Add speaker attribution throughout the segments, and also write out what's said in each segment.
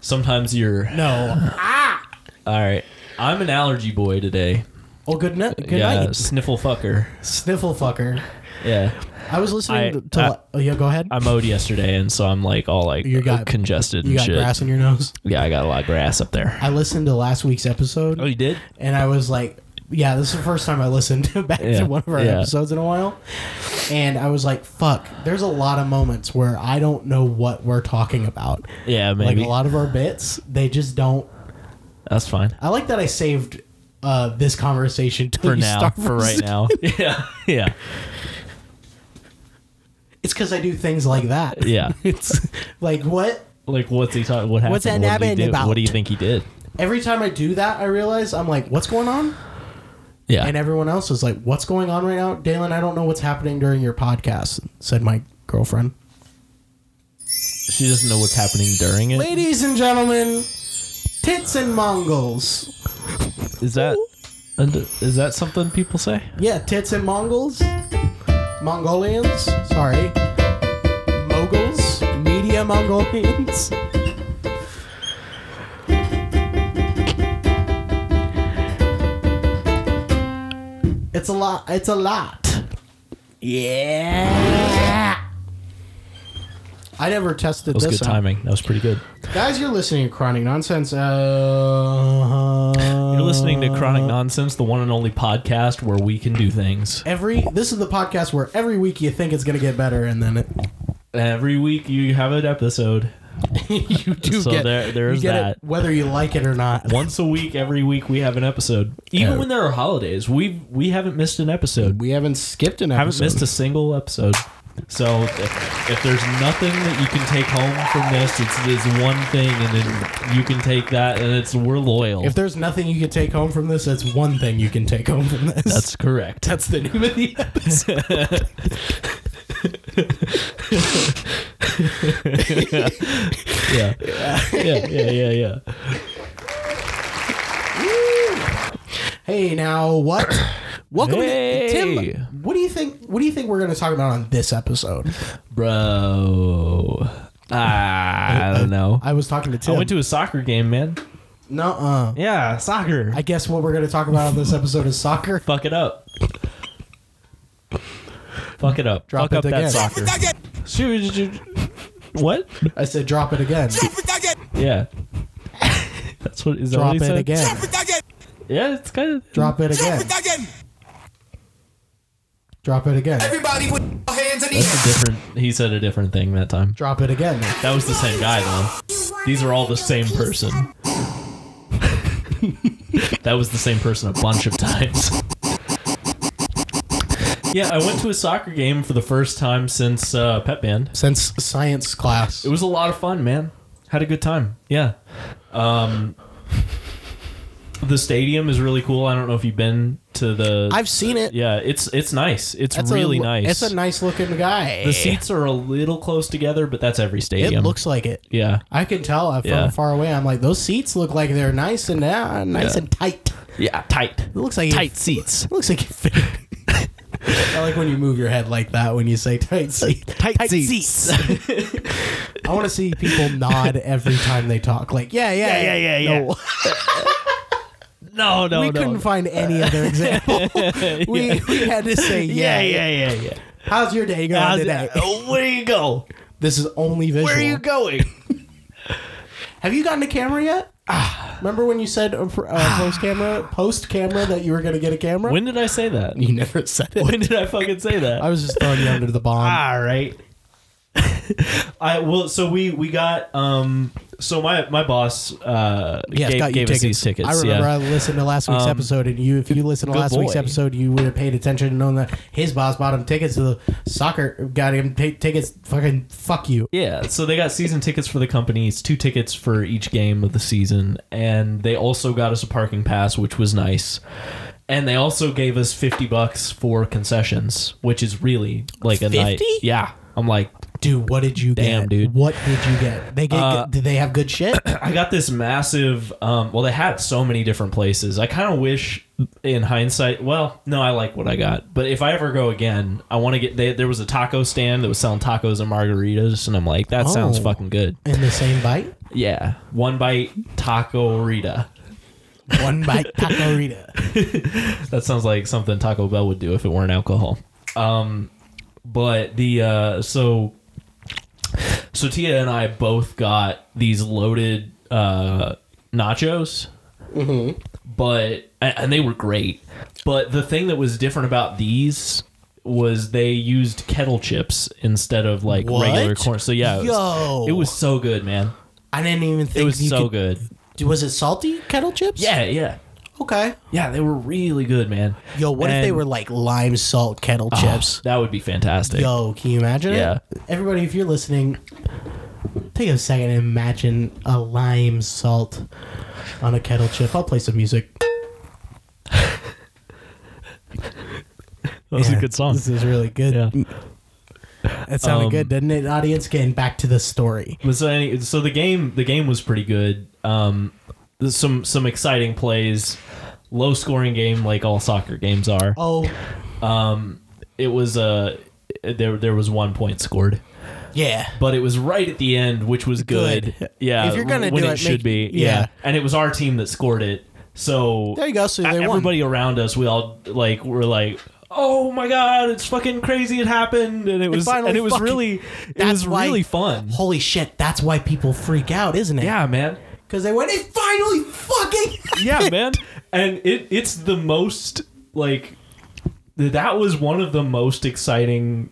Speaker 1: sometimes you're.
Speaker 2: No. ah.
Speaker 1: All right. I'm an allergy boy today.
Speaker 2: Well, good, night. good
Speaker 1: yeah,
Speaker 2: night,
Speaker 1: sniffle fucker.
Speaker 2: sniffle fucker.
Speaker 1: Yeah,
Speaker 2: I was listening
Speaker 1: I-
Speaker 2: to. to
Speaker 1: I-
Speaker 2: oh, yeah, go ahead.
Speaker 1: I mowed yesterday, and so I'm like all like
Speaker 2: You got-
Speaker 1: congested
Speaker 2: you
Speaker 1: and
Speaker 2: got
Speaker 1: shit.
Speaker 2: grass in your nose.
Speaker 1: Yeah, I got a lot of grass up there.
Speaker 2: I listened to last week's episode,
Speaker 1: you did?
Speaker 2: and I was like, "Yeah, this is the first time I listened back
Speaker 1: Yeah,
Speaker 2: to one of our
Speaker 1: yeah.
Speaker 2: episodes in a while." And I was like, "Fuck!" There's a lot of moments where I don't know what we're talking about.
Speaker 1: Yeah, maybe.
Speaker 2: Like a lot of our bits, they just don't.
Speaker 1: That's fine.
Speaker 2: I like that I saved uh, this conversation till
Speaker 1: For
Speaker 2: you
Speaker 1: now,
Speaker 2: start
Speaker 1: for right now. yeah, yeah,
Speaker 2: It's because I do things like that.
Speaker 1: yeah.
Speaker 2: it's like what
Speaker 1: Like, what's he talking? What happened?
Speaker 2: What's that
Speaker 1: what did he
Speaker 2: nabbing
Speaker 1: do?
Speaker 2: about?
Speaker 1: What do you think he did?
Speaker 2: every time I do that, I realize I'm like, "What's going on?"
Speaker 1: Yeah,
Speaker 2: And everyone else is like, "What's going on right now, Dalen? I don't know what's happening during your podcast," said my girlfriend.
Speaker 1: she doesn't know what's happening during it. Is
Speaker 2: Ladies and gentlemen, tits and Mongols.
Speaker 1: that and is that something people say?
Speaker 2: Yeah, tits and Mongols. Mongolians. Sorry. Moguls. Media Mongolians. It's a lot. It's a lot. Yeah. I never tested
Speaker 1: That was
Speaker 2: this
Speaker 1: good
Speaker 2: out.
Speaker 1: timing. That was pretty good.
Speaker 2: Guys, you're listening to Chronic Nonsense. Uh,
Speaker 1: You're listening to Chronic Nonsense, the one and only podcast where we can do things.
Speaker 2: every. This is the podcast where every week you think it's gonna get better, and then it,
Speaker 1: Every week you have an episode.
Speaker 2: you do
Speaker 1: So
Speaker 2: get.
Speaker 1: there- there
Speaker 2: you
Speaker 1: is
Speaker 2: get it
Speaker 1: that.
Speaker 2: whether you like it or not.
Speaker 1: Once a week, every week we have an episode. Even
Speaker 2: Yeah.
Speaker 1: when there are holidays, we we haven't missed an episode.
Speaker 2: We haven't skipped an
Speaker 1: haven't
Speaker 2: episode.
Speaker 1: missed a single episode. So if, if there's nothing that you can take home from this, it's this one thing, and then you can take that, and it's we're loyal.
Speaker 2: If there's nothing you can take home from this, that's one thing you can take home from this.
Speaker 1: That's correct.
Speaker 2: that's the name of the episode.
Speaker 1: Yeah, yeah, yeah, yeah, yeah.
Speaker 2: Hey, now what? Welcome,
Speaker 1: Hey.
Speaker 2: to, Tim. What do you think? What do you think we're going to talk about on this episode?
Speaker 1: bro. Ah, I don't know.
Speaker 2: I was talking to
Speaker 1: I
Speaker 2: Tim.
Speaker 1: went to a soccer game, man.
Speaker 2: no, uh,
Speaker 1: Yeah, soccer.
Speaker 2: I guess what we're going to talk about on this episode is soccer.
Speaker 1: fuck it up. fuck it up.
Speaker 2: Drop
Speaker 1: fuck up
Speaker 2: it
Speaker 1: that
Speaker 2: again.
Speaker 1: soccer. Shoot, shoot, shoot. what?
Speaker 2: I said, drop it again.
Speaker 1: Yeah. That's what is that
Speaker 2: drop
Speaker 1: what he
Speaker 2: it
Speaker 1: said?
Speaker 2: again.
Speaker 1: Yeah, it's kind of
Speaker 2: Drop it again. Drop it again.
Speaker 3: Everybody put your hands in the
Speaker 1: That's a
Speaker 3: air.
Speaker 1: different. He said a different thing that time.
Speaker 2: Drop it again.
Speaker 1: That was the same guy though. These are all the same person. that was the same person a bunch of times. Yeah, I went to a soccer game for the first time since uh, Pet Band.
Speaker 2: Since science class.
Speaker 1: It was a lot of fun, man. Had a good time. Yeah. Um, the stadium is really cool. I don't know if you've been to the.
Speaker 2: I've seen it.
Speaker 1: yeah, it's it's nice. It's
Speaker 2: That's
Speaker 1: really
Speaker 2: a,
Speaker 1: nice.
Speaker 2: It's a nice looking guy.
Speaker 1: the seats are a little close together, but that's every
Speaker 2: Eh. It
Speaker 1: stadium.
Speaker 2: looks like it.
Speaker 1: yeah,
Speaker 2: I can tell uh, from
Speaker 1: Yeah.
Speaker 2: far away. I'm like, those seats look like they're nice and uh, nice and tight.
Speaker 1: yeah, tight,
Speaker 2: It looks like
Speaker 1: tight
Speaker 2: It,
Speaker 1: seats.
Speaker 2: it looks like it fit. I like when you move your head like that when you say tight seat. Tight,
Speaker 1: seats.
Speaker 2: I want to see people nod every time they talk. Like, yeah, yeah,
Speaker 1: Yeah, yeah, yeah,
Speaker 2: No.
Speaker 1: No, no,
Speaker 2: we
Speaker 1: no.
Speaker 2: couldn't find any other example. we, we had to say yeah.
Speaker 1: yeah, yeah, yeah, yeah.
Speaker 2: How's your day going
Speaker 1: How's-
Speaker 2: today?
Speaker 1: Oh, where you go?
Speaker 2: This is only visual.
Speaker 1: Where are you going?
Speaker 2: Have you gotten a camera yet? Remember when you said uh, for- uh, post camera, post camera that you were going to get a camera?
Speaker 1: When did I say that?
Speaker 2: you never said it.
Speaker 1: When did I fucking say that?
Speaker 2: I was just throwing you under the bomb.
Speaker 1: All right. I well, so we we got um. So my my boss uh
Speaker 2: yes,
Speaker 1: gave,
Speaker 2: got you
Speaker 1: gave us
Speaker 2: tickets.
Speaker 1: these tickets.
Speaker 2: I remember
Speaker 1: yeah. Um,
Speaker 2: I listened to last week's episode, and you, if you listened to
Speaker 1: good
Speaker 2: last week's
Speaker 1: boy.
Speaker 2: episode, you would have paid attention and known that his boss bought him tickets to the soccer. Got him ta- tickets. Fucking fuck you.
Speaker 1: yeah, so they got season tickets for the company. It's two tickets for each game of the season, and they also got us a parking pass, which was nice. And they also gave us fifty bucks for concessions, which is really like a night.
Speaker 2: 50?
Speaker 1: Yeah, I'm like,
Speaker 2: Dude, what did you
Speaker 1: Damn,
Speaker 2: get?
Speaker 1: dude.
Speaker 2: What did you get? They get
Speaker 1: Uh,
Speaker 2: did they have good shit?
Speaker 1: I got this massive. Um, well, they had so many different places. I kind of wish in hindsight, well, no, I like what I got. But if I ever go again, I want to get. They, there was a taco stand that was selling tacos and margaritas, and I'm like, that sounds
Speaker 2: Oh.
Speaker 1: fucking good.
Speaker 2: In the same bite?
Speaker 1: Yeah, one bite taco rita.
Speaker 2: One bite taco rita.
Speaker 1: That sounds like something Taco Bell would do if it weren't alcohol. Um, but the uh, so so Tia and I both got these loaded uh, nachos,
Speaker 2: Mm-hmm.
Speaker 1: but and and they were great. But the thing that was different about these was they used kettle chips instead of like
Speaker 2: What?
Speaker 1: regular corn. So yeah, it was,
Speaker 2: Yo.
Speaker 1: it was so good, man.
Speaker 2: I didn't even think
Speaker 1: It was
Speaker 2: you
Speaker 1: so
Speaker 2: could,
Speaker 1: good.
Speaker 2: Was it salty kettle chips?
Speaker 1: Yeah, yeah.
Speaker 2: Okay.
Speaker 1: Yeah, they were really good, man.
Speaker 2: Yo, what if they
Speaker 1: And-
Speaker 2: were like lime salt kettle chips?
Speaker 1: That would be fantastic.
Speaker 2: Yo, can you imagine? it?
Speaker 1: Yeah.
Speaker 2: Everybody, if you're listening, take a second and imagine a lime salt on a kettle chip. I'll play some music.
Speaker 1: That was
Speaker 2: Yeah,
Speaker 1: a good song.
Speaker 2: This is really good.
Speaker 1: Yeah.
Speaker 2: That sounded
Speaker 1: Um,
Speaker 2: good, didn't it? Audience, getting back to the story.
Speaker 1: But so, any, so the game the game was pretty good. Um, there's some some exciting plays, low scoring game like all soccer games are.
Speaker 2: Oh,
Speaker 1: It was uh, there there was one point scored,
Speaker 2: yeah.
Speaker 1: but it was right at the end, which was good.
Speaker 2: Good.
Speaker 1: Yeah,
Speaker 2: If you're gonna
Speaker 1: when
Speaker 2: do
Speaker 1: it,
Speaker 2: it,
Speaker 1: should
Speaker 2: make-
Speaker 1: be.
Speaker 2: yeah.
Speaker 1: and it was our team that scored it. So
Speaker 2: There you go. So
Speaker 1: a-
Speaker 2: they won.
Speaker 1: everybody around us, we all like were like. Oh my god, it's fucking crazy it happened and it was
Speaker 2: finally
Speaker 1: and it was
Speaker 2: fucking-
Speaker 1: really it
Speaker 2: That's
Speaker 1: was
Speaker 2: why-
Speaker 1: really fun.
Speaker 2: Holy shit! That's why people freak out, isn't it?
Speaker 1: Yeah, man.
Speaker 2: Because they went, it finally fucking.
Speaker 1: yeah, man. And it it's the most like th- that was one of the most exciting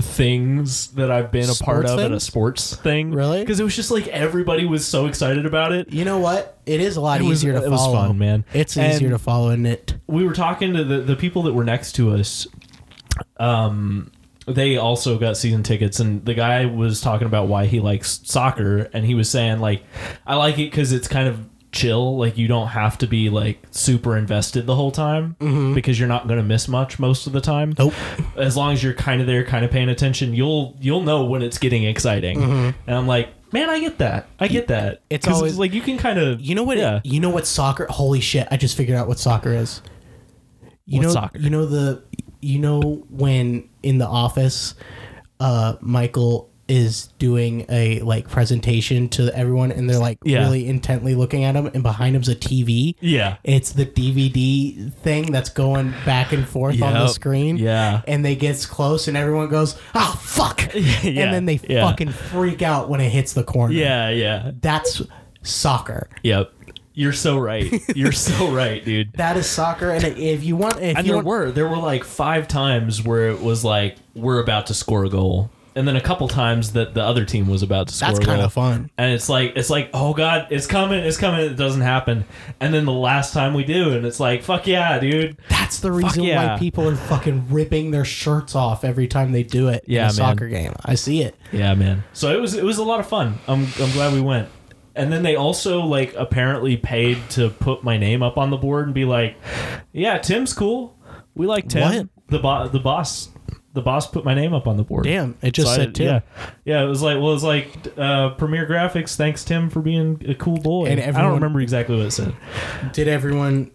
Speaker 1: things that I've been a part
Speaker 2: Sports
Speaker 1: of at a
Speaker 2: things?
Speaker 1: sports thing.
Speaker 2: Really?
Speaker 1: Because it was just like everybody was so excited about it.
Speaker 2: You know what? It is a lot
Speaker 1: It was-
Speaker 2: easier to
Speaker 1: it was
Speaker 2: follow,
Speaker 1: fun, man.
Speaker 2: It's
Speaker 1: And-
Speaker 2: easier to follow, isn't it?
Speaker 1: We were talking to the, the people that were next to us. Um they also got season tickets and the guy was talking about why he likes soccer and he was saying like I like it cuz it's kind of chill like you don't have to be like super invested the whole time because you're not going to miss much most of the time
Speaker 2: Nope.
Speaker 1: as long as you're kind of there, kind of paying attention, you'll you'll know when it's getting exciting. And I'm like, man, I get that. I get that.
Speaker 2: It's
Speaker 1: 'Cause
Speaker 2: always-
Speaker 1: like you can kind of
Speaker 2: You know what?
Speaker 1: Yeah,
Speaker 2: You know what soccer? Holy shit! I just figured out what soccer is. You
Speaker 1: What's
Speaker 2: know,
Speaker 1: soccer?
Speaker 2: you know the, you know when in the office, uh, Michael is doing a like presentation to everyone, and they're like
Speaker 1: Yeah.
Speaker 2: really intently looking at him, and behind him's a TV.
Speaker 1: yeah,
Speaker 2: It's the DVD thing that's going back and forth on the
Speaker 1: Yep.
Speaker 2: screen.
Speaker 1: Yeah.
Speaker 2: And they gets close and everyone goes, "Ah, fuck." And then they
Speaker 1: yeah.
Speaker 2: fucking freak out when it hits the corner.
Speaker 1: yeah, yeah,
Speaker 2: That's soccer.
Speaker 1: yep. You're so right. You're so right, dude.
Speaker 2: That is soccer and if you want if
Speaker 1: And
Speaker 2: you
Speaker 1: there
Speaker 2: want,
Speaker 1: were there were like five times where it was like we're about to score a goal, and then a couple times that the other team was about to score.
Speaker 2: that's
Speaker 1: a goal.
Speaker 2: kind of fun.
Speaker 1: and it's like it's like oh god it's coming it's coming it doesn't happen and then the last time we do and it's like fuck yeah dude
Speaker 2: That's the reason
Speaker 1: yeah.
Speaker 2: why people are fucking ripping their shirts off every time they do it
Speaker 1: Yeah,
Speaker 2: in a
Speaker 1: man.
Speaker 2: soccer game. I see it.
Speaker 1: yeah man so it was it was a lot of fun i'm, I'm glad we went and then they also like apparently paid to put my name up on the board and be like yeah tim's cool we like tim
Speaker 2: What?
Speaker 1: the boss the boss the boss put my name up on the board
Speaker 2: Damn, it just
Speaker 1: So I-
Speaker 2: said Tim.
Speaker 1: yeah yeah it was like well it was like uh premiere graphics thanks tim for being a cool boy
Speaker 2: And
Speaker 1: i
Speaker 2: everyone-
Speaker 1: don't remember exactly what it said
Speaker 2: Did everyone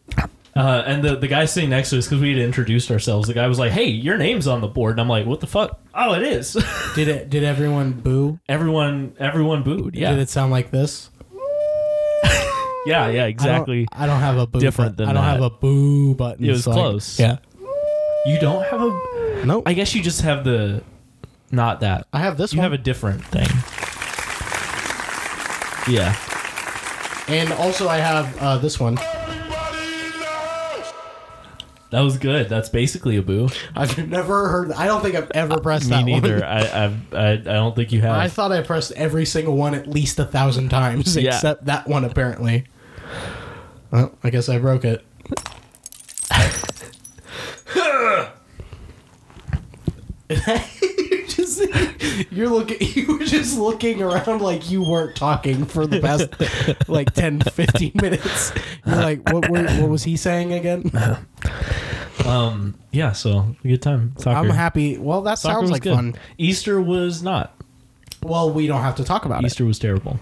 Speaker 1: Uh, and the, the guy sitting next to us, because we had introduced ourselves, the guy was like, Hey, your name's on the board. And I'm like, What the fuck? Oh, it is.
Speaker 2: did it did everyone boo?
Speaker 1: everyone everyone booed. Yeah.
Speaker 2: Did it sound like this?
Speaker 1: yeah, yeah,
Speaker 2: I don't-
Speaker 1: exactly.
Speaker 2: I don't, have a boo.
Speaker 1: different
Speaker 2: button.
Speaker 1: than
Speaker 2: I don't
Speaker 1: that.
Speaker 2: have a boo button.
Speaker 1: It was
Speaker 2: so I-
Speaker 1: close.
Speaker 2: yeah.
Speaker 1: you don't have a.
Speaker 2: No,
Speaker 1: I
Speaker 2: I,
Speaker 1: guess you just have the. Not that.
Speaker 2: I have this
Speaker 1: You
Speaker 2: one.
Speaker 1: have a different thing. Yeah.
Speaker 2: and also I have uh, this one.
Speaker 1: That was good. That's basically a boo.
Speaker 2: I've never heard. I don't think I've ever pressed
Speaker 1: Me
Speaker 2: that
Speaker 1: neither.
Speaker 2: one.
Speaker 1: I, I I I don't think you have.
Speaker 2: I thought I pressed every single one at least a thousand times,
Speaker 1: Yeah.
Speaker 2: except that one apparently. Well, I guess I broke it. You just- You're looking. You were just looking around like you weren't talking for the past like 10, 15 minutes. You're like, what? Were, what was he saying again?
Speaker 1: um. Yeah. So good time. Soccer.
Speaker 2: I'm happy. Well, that
Speaker 1: Soccer
Speaker 2: sounds
Speaker 1: was
Speaker 2: like
Speaker 1: good.
Speaker 2: fun.
Speaker 1: Easter was not.
Speaker 2: Well, we don't have to talk about it.
Speaker 1: Easter was terrible.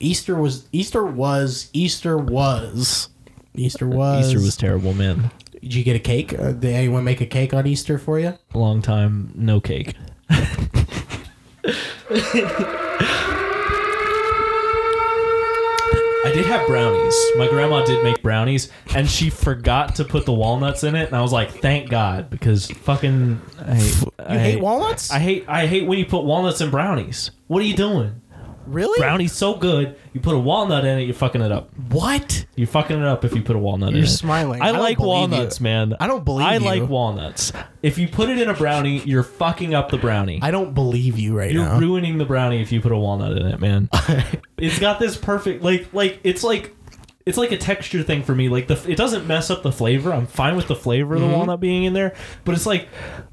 Speaker 2: Easter was Easter was Easter was Easter was.
Speaker 1: Easter was terrible, man.
Speaker 2: Did you get a cake? Uh, did anyone make a cake on Easter for you?
Speaker 1: Long time, no cake. I did have brownies. My grandma did make brownies, and she forgot to put the walnuts in it. And I was like, "Thank God," because fucking I, you
Speaker 2: You hate walnuts?
Speaker 1: I hate I hate when you put walnuts in brownies. What are you doing?
Speaker 2: really?
Speaker 1: Brownie's so good. You put a walnut in it, you're fucking it up.
Speaker 2: What?
Speaker 1: You're fucking it up if you put a walnut in
Speaker 2: You're
Speaker 1: it.
Speaker 2: smiling.
Speaker 1: I,
Speaker 2: I don't
Speaker 1: like
Speaker 2: believe
Speaker 1: walnuts,
Speaker 2: you.
Speaker 1: man.
Speaker 2: I don't believe
Speaker 1: I
Speaker 2: you.
Speaker 1: like walnuts. If you put it in a brownie, you're fucking up the brownie.
Speaker 2: I don't believe you right
Speaker 1: you're
Speaker 2: now.
Speaker 1: ruining the brownie if you put a walnut in it, man. it's got this perfect like like it's like it's like a texture thing for me. Like the it doesn't mess up the flavor. I'm fine with the flavor
Speaker 2: Mm-hmm.
Speaker 1: of the walnut being in there, but it's like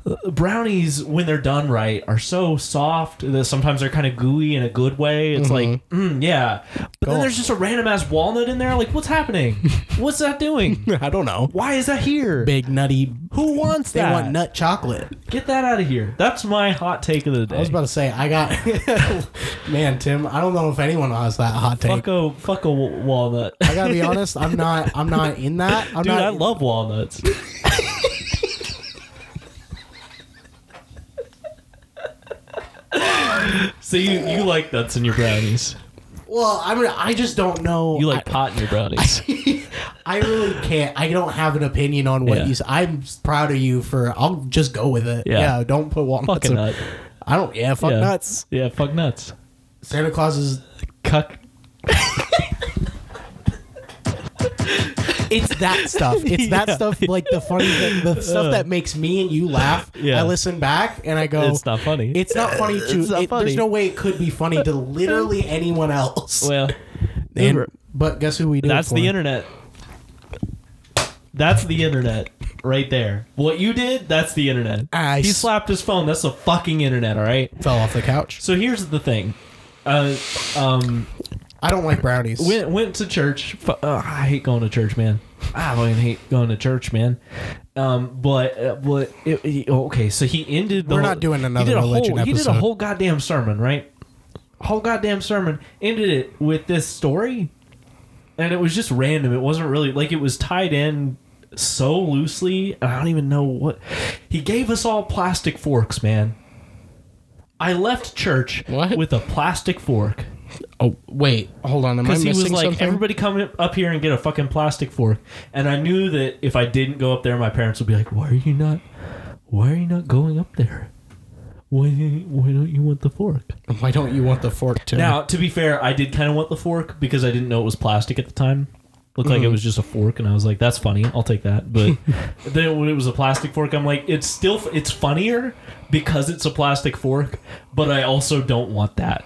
Speaker 1: uh, brownies when they're done right are so soft that sometimes they're kind of gooey in a good way. It's
Speaker 2: Mm-hmm.
Speaker 1: like mm, yeah, but then
Speaker 2: on.
Speaker 1: there's just a random ass walnut in there. Like what's happening? what's that doing?
Speaker 2: I don't know.
Speaker 1: Why is that here?
Speaker 2: Big nutty.
Speaker 1: Who wants
Speaker 2: They
Speaker 1: that?
Speaker 2: want nut chocolate.
Speaker 1: Get that out of here. That's my hot take of the day.
Speaker 2: I was about to say I got. man, Tim, I don't know if anyone has that hot take.
Speaker 1: fuck a fuck a wa- walnut.
Speaker 2: I gotta be honest. I'm not. I'm not in that. I'm
Speaker 1: Dude,
Speaker 2: not.
Speaker 1: I love walnuts. so you, you like nuts in your brownies.
Speaker 2: well, I'm. I just don't know.
Speaker 1: You like pot in your brownies.
Speaker 2: I really can't. I don't have an opinion on what
Speaker 1: Yeah.
Speaker 2: you. s- I'm s- proud of you for. I'll just go with it.
Speaker 1: Yeah.
Speaker 2: Yeah. don't put walnuts.
Speaker 1: Fuck a
Speaker 2: in-
Speaker 1: nut.
Speaker 2: I don't. Yeah. Fuck
Speaker 1: Yeah.
Speaker 2: nuts.
Speaker 1: Yeah, fuck nuts.
Speaker 2: Santa Claus is.
Speaker 1: Cuck.
Speaker 2: It's that stuff. It's that
Speaker 1: Yeah.
Speaker 2: stuff. Like the funny, the, the stuff that makes me and you laugh.
Speaker 1: Yeah.
Speaker 2: I listen back and I go.
Speaker 1: It's not funny.
Speaker 2: Oh, It's not funny to.
Speaker 1: It's not
Speaker 2: it-
Speaker 1: funny.
Speaker 2: There's no way it could be funny to literally anyone else.
Speaker 1: well,
Speaker 2: And- but guess who we do? it
Speaker 1: that's
Speaker 2: for?
Speaker 1: the internet. That's the internet right there. What you did, that's the internet.
Speaker 2: I
Speaker 1: he
Speaker 2: s-
Speaker 1: slapped his phone. That's the fucking internet, all right?
Speaker 2: Fell off the couch.
Speaker 1: So here's the thing. Uh, um,
Speaker 2: I don't like brownies.
Speaker 1: Went went to church. Fu- Ugh, I hate going to church, man. I fucking hate going to church, man. Um, but uh, but it, he- okay, so he ended. The
Speaker 2: We're
Speaker 1: whole-
Speaker 2: not doing
Speaker 1: he
Speaker 2: another
Speaker 1: did a
Speaker 2: religion
Speaker 1: whole, He did a
Speaker 2: episode.
Speaker 1: whole goddamn sermon, right? Whole goddamn sermon ended it with this story, and it was just random. It wasn't really like it was tied in so loosely. I don't even know what he gave us all plastic forks, man. I left church
Speaker 2: What?
Speaker 1: with a plastic fork.
Speaker 2: Oh wait, hold on. Am I
Speaker 1: Because
Speaker 2: missing
Speaker 1: he was like,
Speaker 2: something?
Speaker 1: everybody come up- up here and get a fucking plastic fork. And I knew that if I didn't go up there, my parents would be like, why are you not, why are you not going up there? Why, why don't you want the fork?
Speaker 2: Why don't you want the fork to?
Speaker 1: Now, to be fair, I did kind of want the fork because I didn't know it was plastic at the time. Looked
Speaker 2: Mm-hmm.
Speaker 1: like it was just a fork, and I was like, "That's funny. I'll take that." But then when it was a plastic fork, I'm like, "It's still f- it's funnier because it's a plastic fork." But I also don't want that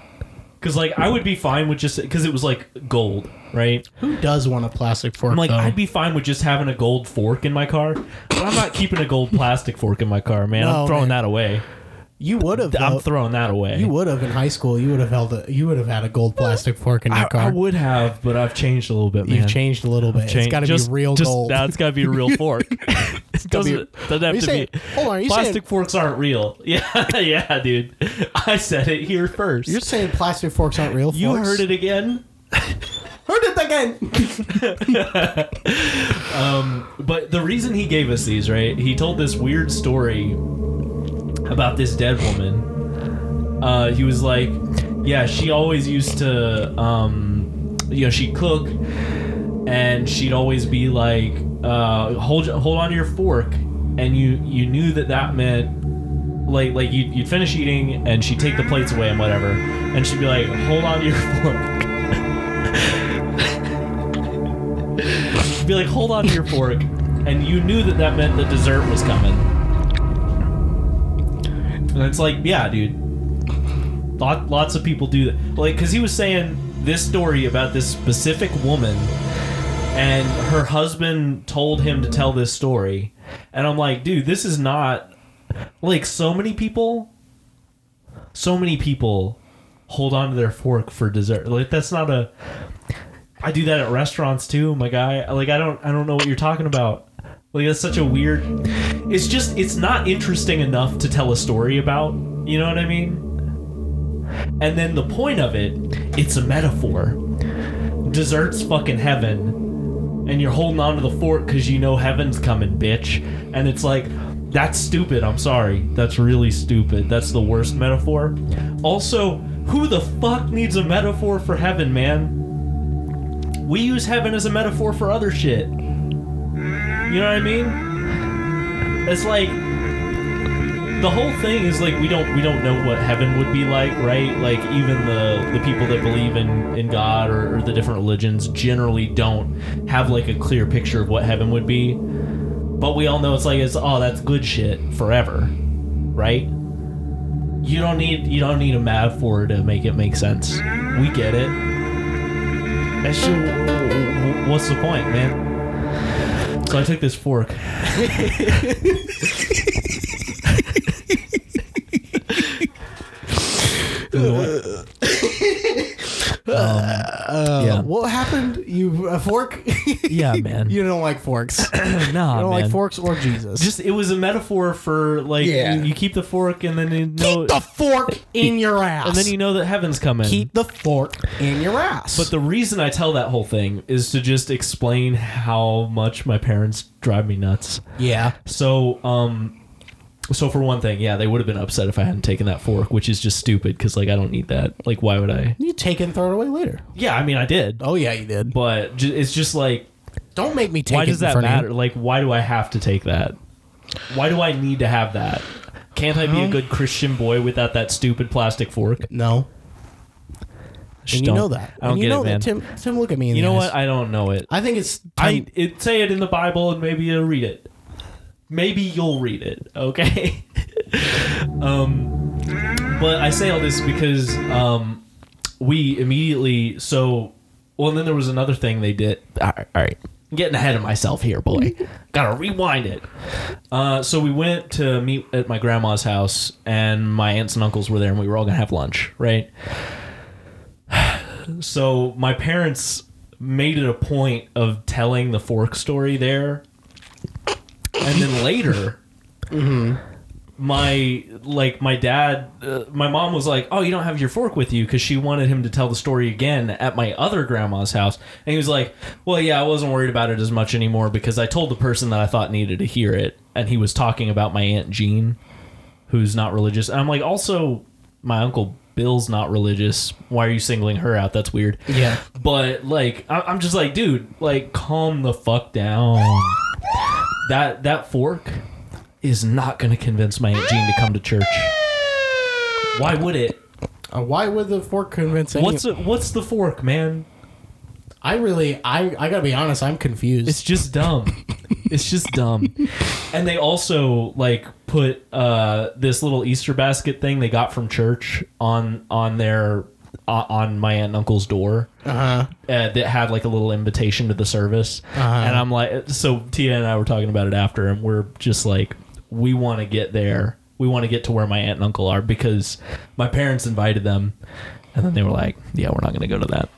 Speaker 1: because like I would be fine with just because it was like gold, right?
Speaker 2: Who does want a plastic fork?
Speaker 1: I'm like,
Speaker 2: though?
Speaker 1: I'd be fine with just having a gold fork in my car, but I'm not keeping a gold plastic fork in my car, man.
Speaker 2: No,
Speaker 1: I'm throwing
Speaker 2: man.
Speaker 1: that away.
Speaker 2: you would have.
Speaker 1: I'm
Speaker 2: though.
Speaker 1: throwing that away.
Speaker 2: you would have in high school. You would have held. A, you would have had a gold plastic fork in your
Speaker 1: I,
Speaker 2: car.
Speaker 1: I would have, but I've changed a little bit, man.
Speaker 2: You've changed a little bit.
Speaker 1: Change-
Speaker 2: It's got to be
Speaker 1: just-
Speaker 2: real
Speaker 1: just-
Speaker 2: gold.
Speaker 1: That's got to be a real fork. It
Speaker 2: gotta be-
Speaker 1: doesn't, doesn't have
Speaker 2: Are
Speaker 1: to
Speaker 2: you saying-
Speaker 1: be.
Speaker 2: hold on, are you
Speaker 1: plastic
Speaker 2: saying-
Speaker 1: forks aren't real. Yeah, yeah, dude. I said it here 1st
Speaker 2: You're saying plastic forks aren't real.
Speaker 1: you
Speaker 2: forks?
Speaker 1: heard it again.
Speaker 2: Heard it again.
Speaker 1: But the reason he gave us these, right? He told this weird story about this dead woman. Uh, he was like, yeah, she always used to, um, you know, she'd cook and she'd always be like, uh, hold, hold on to your fork. And you, you knew that that meant like, like you'd, you'd finish eating and she'd take the plates away and whatever. And she'd be like, hold on to your fork. She'd be like, hold on to your fork. And you knew that that meant the dessert was coming. And it's like, yeah, dude. Lot, lots of people do that. Like, because he was saying this story about this specific woman, and her husband told him to tell this story. And I'm like, dude, this is not. Like, so many people. So many people hold on to their fork for dessert. Like, that's not a. I do that at restaurants too, my guy. Like I don't I don't know what you're talking about. Like that's such a weird It's just it's not interesting enough to tell a story about. You know what I mean? And then the point of it, it's a metaphor. Dessert's fucking heaven. and you're holding on to the fort because you know heaven's coming, bitch. And it's like, that's stupid. I'm sorry. That's really stupid. That's the worst metaphor. Also, who the fuck needs a metaphor for heaven, man? We use heaven as a metaphor for other shit. You know what I mean? It's like the whole thing is like we don't we don't know what heaven would be like, right? Like even the the people that believe in in God or, or the different religions generally don't have like a clear picture of what heaven would be. But we all know it's like it's oh that's good shit forever, right? You don't need you don't need a metaphor to make it make sense. We get it. That shit. wh- wh- wh- What's the point, man? So I took this fork. Um,
Speaker 2: Uh,
Speaker 1: Yeah.
Speaker 2: What happened? You a fork?
Speaker 1: Yeah, man.
Speaker 2: you don't like forks. you don't
Speaker 1: nah,
Speaker 2: like forks or Jesus.
Speaker 1: Just it was a metaphor for like
Speaker 2: Yeah.
Speaker 1: you, you keep the fork and then you know
Speaker 2: keep the fork in your ass.
Speaker 1: and then you know that heaven's coming.
Speaker 2: keep the fork in your ass.
Speaker 1: but the reason I tell that whole thing is to just explain how much my parents drive me nuts.
Speaker 2: yeah,
Speaker 1: So, um, so for one thing, yeah, they would have been upset if I hadn't taken that fork, which is just stupid because like I don't need that. Like, why would I?
Speaker 2: you take it and throw it away later.
Speaker 1: Yeah, I mean I did,
Speaker 2: Oh yeah, you did.
Speaker 1: but ju- it's just like
Speaker 2: Don't make me take
Speaker 1: why
Speaker 2: it.
Speaker 1: does
Speaker 2: in
Speaker 1: that
Speaker 2: front of you.
Speaker 1: matter? Like, why do I have to take that? Why do I need to have that? Can't I be a good Christian boy without that stupid plastic fork?
Speaker 2: No,
Speaker 1: Just
Speaker 2: and you
Speaker 1: don't-
Speaker 2: know that.
Speaker 1: I don't
Speaker 2: and
Speaker 1: get
Speaker 2: you know
Speaker 1: it, man.
Speaker 2: that. Tim, Tim, look at me. In
Speaker 1: you
Speaker 2: the
Speaker 1: know
Speaker 2: eyes.
Speaker 1: what? I don't know it.
Speaker 2: I think it's.
Speaker 1: I
Speaker 2: time-
Speaker 1: it say it in the Bible, and maybe you'll read it. Maybe you'll read it. Okay. um, but I say all this because um, we immediately so. Well, and then there was another thing they did. All right, all right. I'm getting ahead of myself here, boy. Gotta rewind it. Uh, so we went to meet at my grandma's house, and my aunts and uncles were there, and we were all gonna have lunch, right? so my parents made it a point of telling the fork story there and then later my like my dad uh, my mom was like oh you don't have your fork with you because she wanted him to tell the story again at my other grandma's house and he was like well yeah i wasn't worried about it as much anymore because i told the person that i thought needed to hear it and he was talking about my aunt jean who's not religious and i'm like also my uncle bill's not religious why are you singling her out that's weird
Speaker 2: Yeah.
Speaker 1: but like I- i'm just like dude like calm the fuck down that that fork is not going to convince my aunt Jean to come to church. Why would it?
Speaker 2: Uh, why would the fork convince anyone?
Speaker 1: What's a, what's the fork, man?
Speaker 2: I really, I, I gotta be honest. I'm confused.
Speaker 1: It's just dumb. it's just dumb. And they also like put uh, this little Easter basket thing they got from church on on their uh, on my aunt and uncle's door.
Speaker 2: uh-huh.
Speaker 1: uh, that had like a little invitation to the service.
Speaker 2: Uh-huh.
Speaker 1: And I'm like, so Tia and I were talking about it after, and we're just like, we want to get there. We want to get to where my aunt and uncle are because my parents invited them. And then they were like, yeah, we're not going to go to that.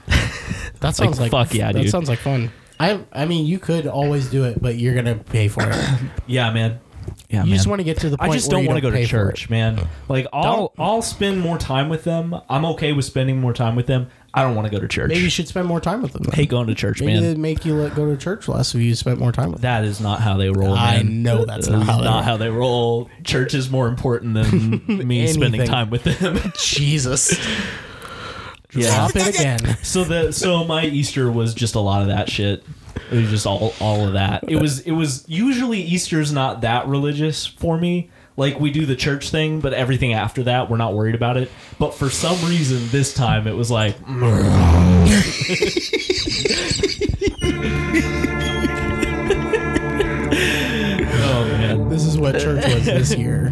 Speaker 2: That sounds like,
Speaker 1: fuck yeah,
Speaker 2: that
Speaker 1: dude.
Speaker 2: sounds like fun. I, I mean, you could always do it, but you're gonna pay for it.
Speaker 1: yeah, man. Yeah,
Speaker 2: you
Speaker 1: man.
Speaker 2: just want to get to the
Speaker 1: I
Speaker 2: point.
Speaker 1: just don't
Speaker 2: want
Speaker 1: want to go to church, man. Like, I'll,
Speaker 2: Don't-
Speaker 1: I'll spend more time with them. I'm okay with spending more time with them. I don't want to go to church.
Speaker 2: Maybe you should spend more time with them.
Speaker 1: hate going to church,
Speaker 2: Maybe
Speaker 1: man.
Speaker 2: they'd make you let, go to church less if you spent more time with them.
Speaker 1: That is not how they roll.
Speaker 2: I
Speaker 1: man.
Speaker 2: know that's not how they roll.
Speaker 1: roll. Church is more important than me spending
Speaker 2: Anything.
Speaker 1: time with them.
Speaker 2: Jesus,
Speaker 1: yeah.
Speaker 2: drop it again.
Speaker 1: So the so my Easter was just a lot of that shit. It was just all all of that. It was it was usually Easter's not that religious for me. Like we do the church thing, but everything after that we're not worried about it. But for some reason this time it was like Oh man.
Speaker 2: This is what church was this year.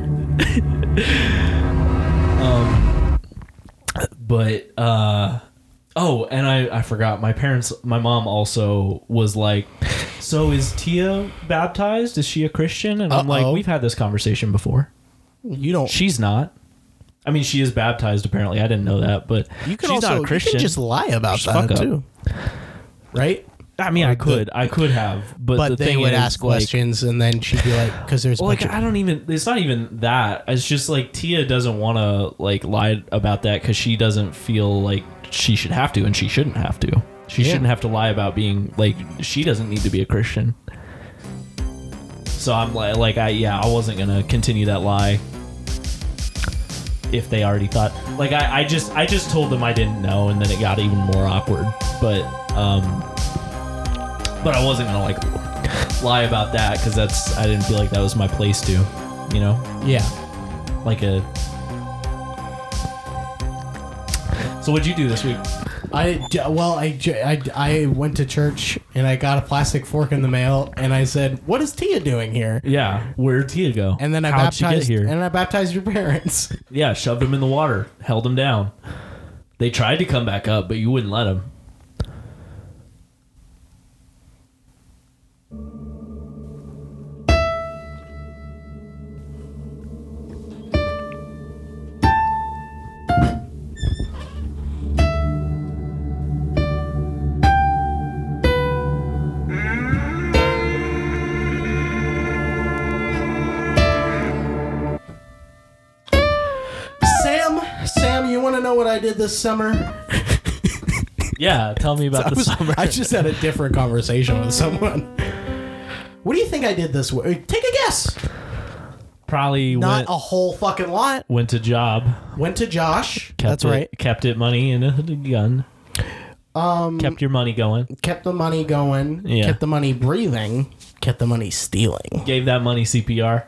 Speaker 1: but uh oh and i i forgot my parents my mom also was like so is tia baptized is she a christian and i'm like
Speaker 2: Uh-oh.
Speaker 1: we've had this conversation before
Speaker 2: You don't.
Speaker 1: she's not i mean she is baptized apparently i didn't know that but
Speaker 2: You can
Speaker 1: she's
Speaker 2: also
Speaker 1: not a
Speaker 2: You
Speaker 1: christian
Speaker 2: can just lie about
Speaker 1: Just fuck
Speaker 2: that
Speaker 1: up.
Speaker 2: too, right?
Speaker 1: i mean i could i could have but,
Speaker 2: But
Speaker 1: the
Speaker 2: they
Speaker 1: thing
Speaker 2: would
Speaker 1: is,
Speaker 2: ask
Speaker 1: like,
Speaker 2: questions, and then she'd be like, "Because there's a
Speaker 1: well, like
Speaker 2: bunch of
Speaker 1: I don't even. It's not even that. It's just like Tia doesn't want to like lie about that because she doesn't feel like she should have to and she shouldn't have to. She
Speaker 2: Yeah.
Speaker 1: shouldn't have to lie about being like she doesn't need to be a Christian. So I'm like, like I yeah, I wasn't gonna continue that lie if they already thought like I, I just I just told them I didn't know and then it got even more awkward. But um but I wasn't gonna like lie about that because that's I didn't feel like that was my place to, you know?
Speaker 2: Yeah.
Speaker 1: Like a So what'd you do this week?
Speaker 2: I j- well, I, j- I, I went to church and I got a plastic fork in the mail and I said, "What is Tia doing here?"
Speaker 1: Yeah. Where'd Tia go?
Speaker 2: And then I
Speaker 1: How'd she get
Speaker 2: baptized
Speaker 1: here?
Speaker 2: and I baptized your parents.
Speaker 1: yeah, shoved him in the water, held him down. They tried to come back up, but you wouldn't let them.
Speaker 2: Sam, Sam, you want to know what I did this summer?
Speaker 1: Yeah, tell me about the summer.
Speaker 2: I just had a different conversation with someone. What do you think I did this week? Take a guess.
Speaker 1: Probably
Speaker 2: Not
Speaker 1: went
Speaker 2: a whole fucking lot.
Speaker 1: went to job.
Speaker 2: Went to Josh.
Speaker 1: Kept
Speaker 2: That's
Speaker 1: it,
Speaker 2: right.
Speaker 1: Kept it money and a gun. Um, kept your money going.
Speaker 2: Kept the money going.
Speaker 1: Yeah.
Speaker 2: Kept the money breathing. Kept the money stealing.
Speaker 1: Gave that money CPR.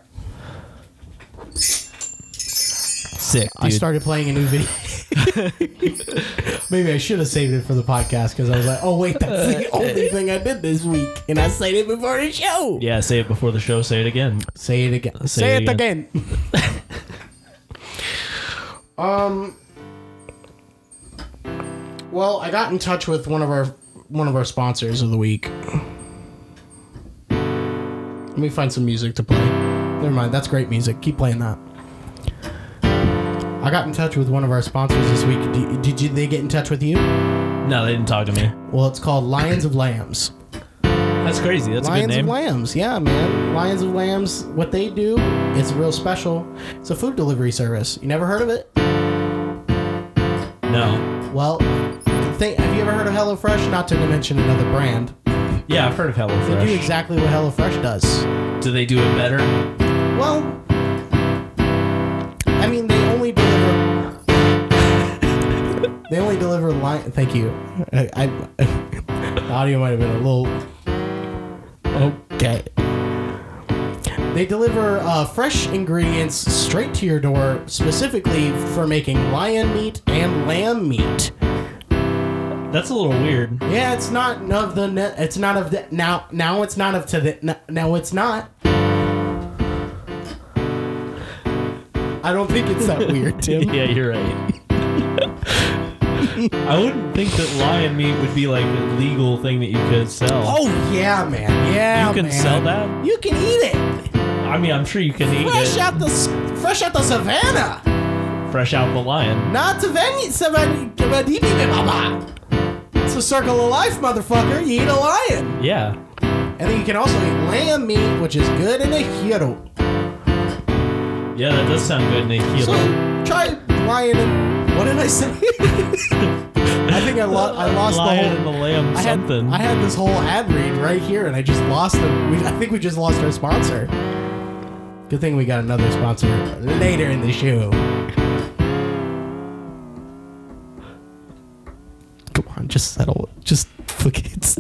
Speaker 1: Sick, dude.
Speaker 2: I started playing a new video. Maybe I should have saved it for the podcast because I was like, oh, wait, that's the only thing I did this week. And I said it before the show.
Speaker 1: yeah, say it before the show. Say it again.
Speaker 2: Say it again. Say,
Speaker 1: it
Speaker 2: it again. um. Well, I got in touch with one of our one of our sponsors of the week. Let me find some music to play. Never mind, that's great music. Keep playing that. I got in touch with one of our sponsors this week. Did, did you, they get in touch with you?
Speaker 1: No, they didn't talk to me.
Speaker 2: Well, it's called Lions of Lambs.
Speaker 1: That's crazy. That's a
Speaker 2: Lions
Speaker 1: good name.
Speaker 2: of Lambs, yeah, man. Lions of Lambs, what they do, it's real special. It's a food delivery service. You never heard of it?
Speaker 1: no.
Speaker 2: Well, think, have you ever heard of HelloFresh? Not to mention another brand.
Speaker 1: Yeah, I've heard of
Speaker 2: They do
Speaker 1: HelloFresh.
Speaker 2: exactly what HelloFresh does.
Speaker 1: Do they do it better?
Speaker 2: Well, I mean, they only deliver. they only deliver lion. Thank you. I, I, the audio might have been a little. Okay. They deliver uh, fresh ingredients straight to your door, specifically for making lion meat and lamb meat.
Speaker 1: That's a little weird.
Speaker 2: Yeah, it's not of the. ne- It's not of the now. Now it's not of to the. n- Now it's not. I don't think it's that weird, Tim.
Speaker 1: Yeah, you're right. I wouldn't think that lion meat would be like a legal thing that you could sell.
Speaker 2: Oh yeah, man. Yeah,
Speaker 1: you can
Speaker 2: man.
Speaker 1: sell that?
Speaker 2: You can eat it
Speaker 1: I mean, I'm sure you can eat
Speaker 2: fresh
Speaker 1: it
Speaker 2: out the s- fresh out the savannah,
Speaker 1: fresh out the lion.
Speaker 2: not to venue savannah. Baba. It's a circle of life, motherfucker. You eat a lion,
Speaker 1: Yeah.
Speaker 2: and then you can also eat lamb meat, which is good in a hero.
Speaker 1: Yeah, that does sound good in a
Speaker 2: So
Speaker 1: healer.
Speaker 2: try lion and what did I say? I think I, lo- I lost
Speaker 1: lion
Speaker 2: the
Speaker 1: and
Speaker 2: whole.
Speaker 1: the lamb
Speaker 2: I had,
Speaker 1: something.
Speaker 2: I had this whole ad read right here, and I just lost it. We, I think we just lost our sponsor. Good thing we got another sponsor later in the show. Come on, just settle. Just look. It's.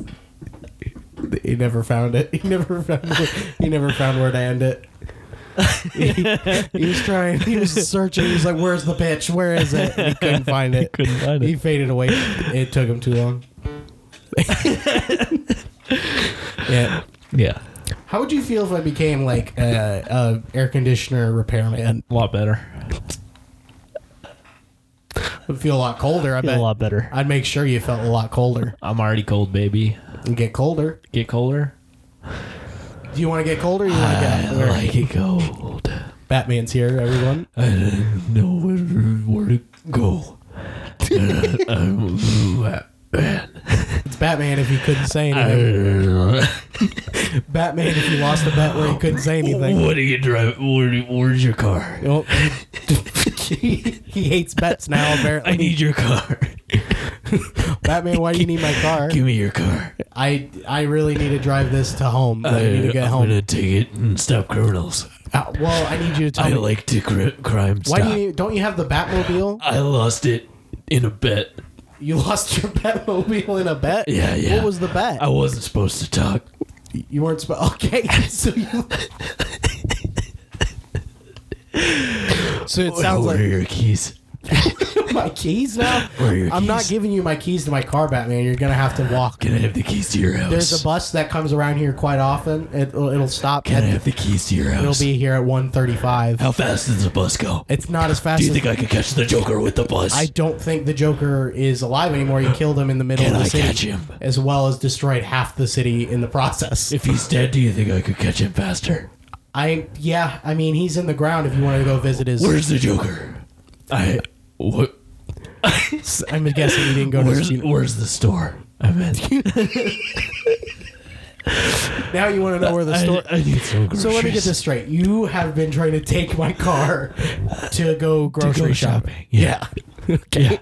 Speaker 2: He never found it. He never found. It. He never found where to end it. He was trying. He was searching. He was like, "Where's the pitch? Where is it?" And he couldn't find it.
Speaker 1: couldn't find
Speaker 2: He
Speaker 1: it.
Speaker 2: faded away. It took him too long. yeah.
Speaker 1: Yeah.
Speaker 2: How would you feel if I became like a, a air conditioner repairman?
Speaker 1: A lot better.
Speaker 2: I'd feel a lot colder. I
Speaker 1: A
Speaker 2: bet.
Speaker 1: lot better.
Speaker 2: I'd make sure you felt a lot colder
Speaker 1: I'm already cold, baby.
Speaker 2: and get colder.
Speaker 1: Get colder?
Speaker 2: Do you want to get colder? Or you want to get
Speaker 1: like it cold.
Speaker 2: Batman's here, everyone.
Speaker 1: No where to go.
Speaker 2: It's Batman. If you couldn't say anything, Batman. If you lost the bet where you couldn't say anything, Oh,
Speaker 1: What are you driving? Where, where's your car?
Speaker 2: Well, he hates bets now. Apparently,
Speaker 1: your car.
Speaker 2: Batman, why do you need my car?
Speaker 1: Give me your car. Uh,
Speaker 2: I I really need to drive this to home. I need to get
Speaker 1: I'm
Speaker 2: home.
Speaker 1: gonna take it and stop criminals.
Speaker 2: Uh, well, I need you to tell
Speaker 1: I
Speaker 2: me.
Speaker 1: like to cri- crime
Speaker 2: why
Speaker 1: stop.
Speaker 2: do you don't you have the Batmobile?
Speaker 1: I lost it in a bet.
Speaker 2: You lost your Batmobile in a bet.
Speaker 1: Yeah, yeah. Oh.
Speaker 2: What was the bet?
Speaker 1: I wasn't supposed to talk.
Speaker 2: You weren't sp- okay. So you. so it sounds
Speaker 1: Where are
Speaker 2: like
Speaker 1: your keys?
Speaker 2: my keys now.
Speaker 1: Where are your
Speaker 2: I'm not
Speaker 1: keys?
Speaker 2: giving you my keys to my car, Batman. You're gonna have to walk.
Speaker 1: Can I have the keys to your house?
Speaker 2: There's a bus that comes around here quite often. It, it'll stop.
Speaker 1: Can I
Speaker 2: At,
Speaker 1: have the keys to your
Speaker 2: it'll
Speaker 1: house?
Speaker 2: be here at 1:35.
Speaker 1: How fast does the bus go?
Speaker 2: It's not as fast
Speaker 1: Do you
Speaker 2: as
Speaker 1: think I could catch the Joker with the bus?
Speaker 2: I don't think the Joker is alive anymore. He killed him in the middle
Speaker 1: Can
Speaker 2: of the
Speaker 1: I
Speaker 2: city,
Speaker 1: catch him?
Speaker 2: as well as destroyed half the city in the process.
Speaker 1: if he's dead, do you think I could catch him faster?
Speaker 2: I yeah, I mean he's in the ground. If you wanted to go visit his,
Speaker 1: Where's the Joker? I what?
Speaker 2: I'm guessing you didn't go to his
Speaker 1: Where's
Speaker 2: funeral.
Speaker 1: where's the store? I'm in.
Speaker 2: Now you want to know where the store.
Speaker 1: I, I need some groceries.
Speaker 2: So let me get this straight. You have been trying to take my car to go grocery
Speaker 1: Grocery
Speaker 2: shopping
Speaker 1: shopping. Yeah. okay.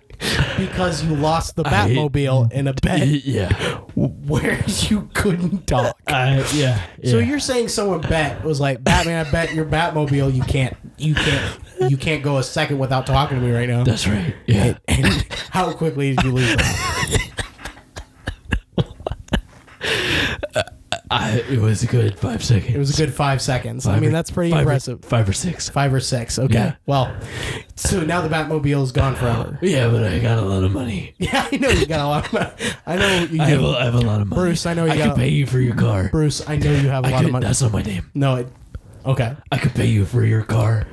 Speaker 2: because you lost the Batmobile in a
Speaker 1: Yeah.
Speaker 2: bet
Speaker 1: yeah.
Speaker 2: where you couldn't talk.
Speaker 1: I yeah.
Speaker 2: So
Speaker 1: Uh, yeah.
Speaker 2: you're saying someone bet was like Batman? I bet your Batmobile you can't you can't you can't go a second without talking to me right now.
Speaker 1: That's right. Yeah.
Speaker 2: And how quickly did you lose? That?
Speaker 1: I, it was a good five seconds.
Speaker 2: It was a good five seconds. I
Speaker 1: Five
Speaker 2: mean,
Speaker 1: or-
Speaker 2: that's pretty
Speaker 1: five or-
Speaker 2: impressive.
Speaker 1: Five or six.
Speaker 2: Five or six. Okay.
Speaker 1: Yeah.
Speaker 2: Well, so now the Batmobile is gone forever.
Speaker 1: Yeah, but I got a lot of money.
Speaker 2: Yeah, I know you got a lot. Of money. I know you.
Speaker 1: I have,
Speaker 2: do.
Speaker 1: a, I have a lot of money.
Speaker 2: Bruce, I know you
Speaker 1: I could
Speaker 2: got-
Speaker 1: pay you for your car.
Speaker 2: Bruce, I know you have a
Speaker 1: I
Speaker 2: lot of
Speaker 1: could,
Speaker 2: money.
Speaker 1: that's not my name.
Speaker 2: No. It, okay.
Speaker 1: I could pay you for your car,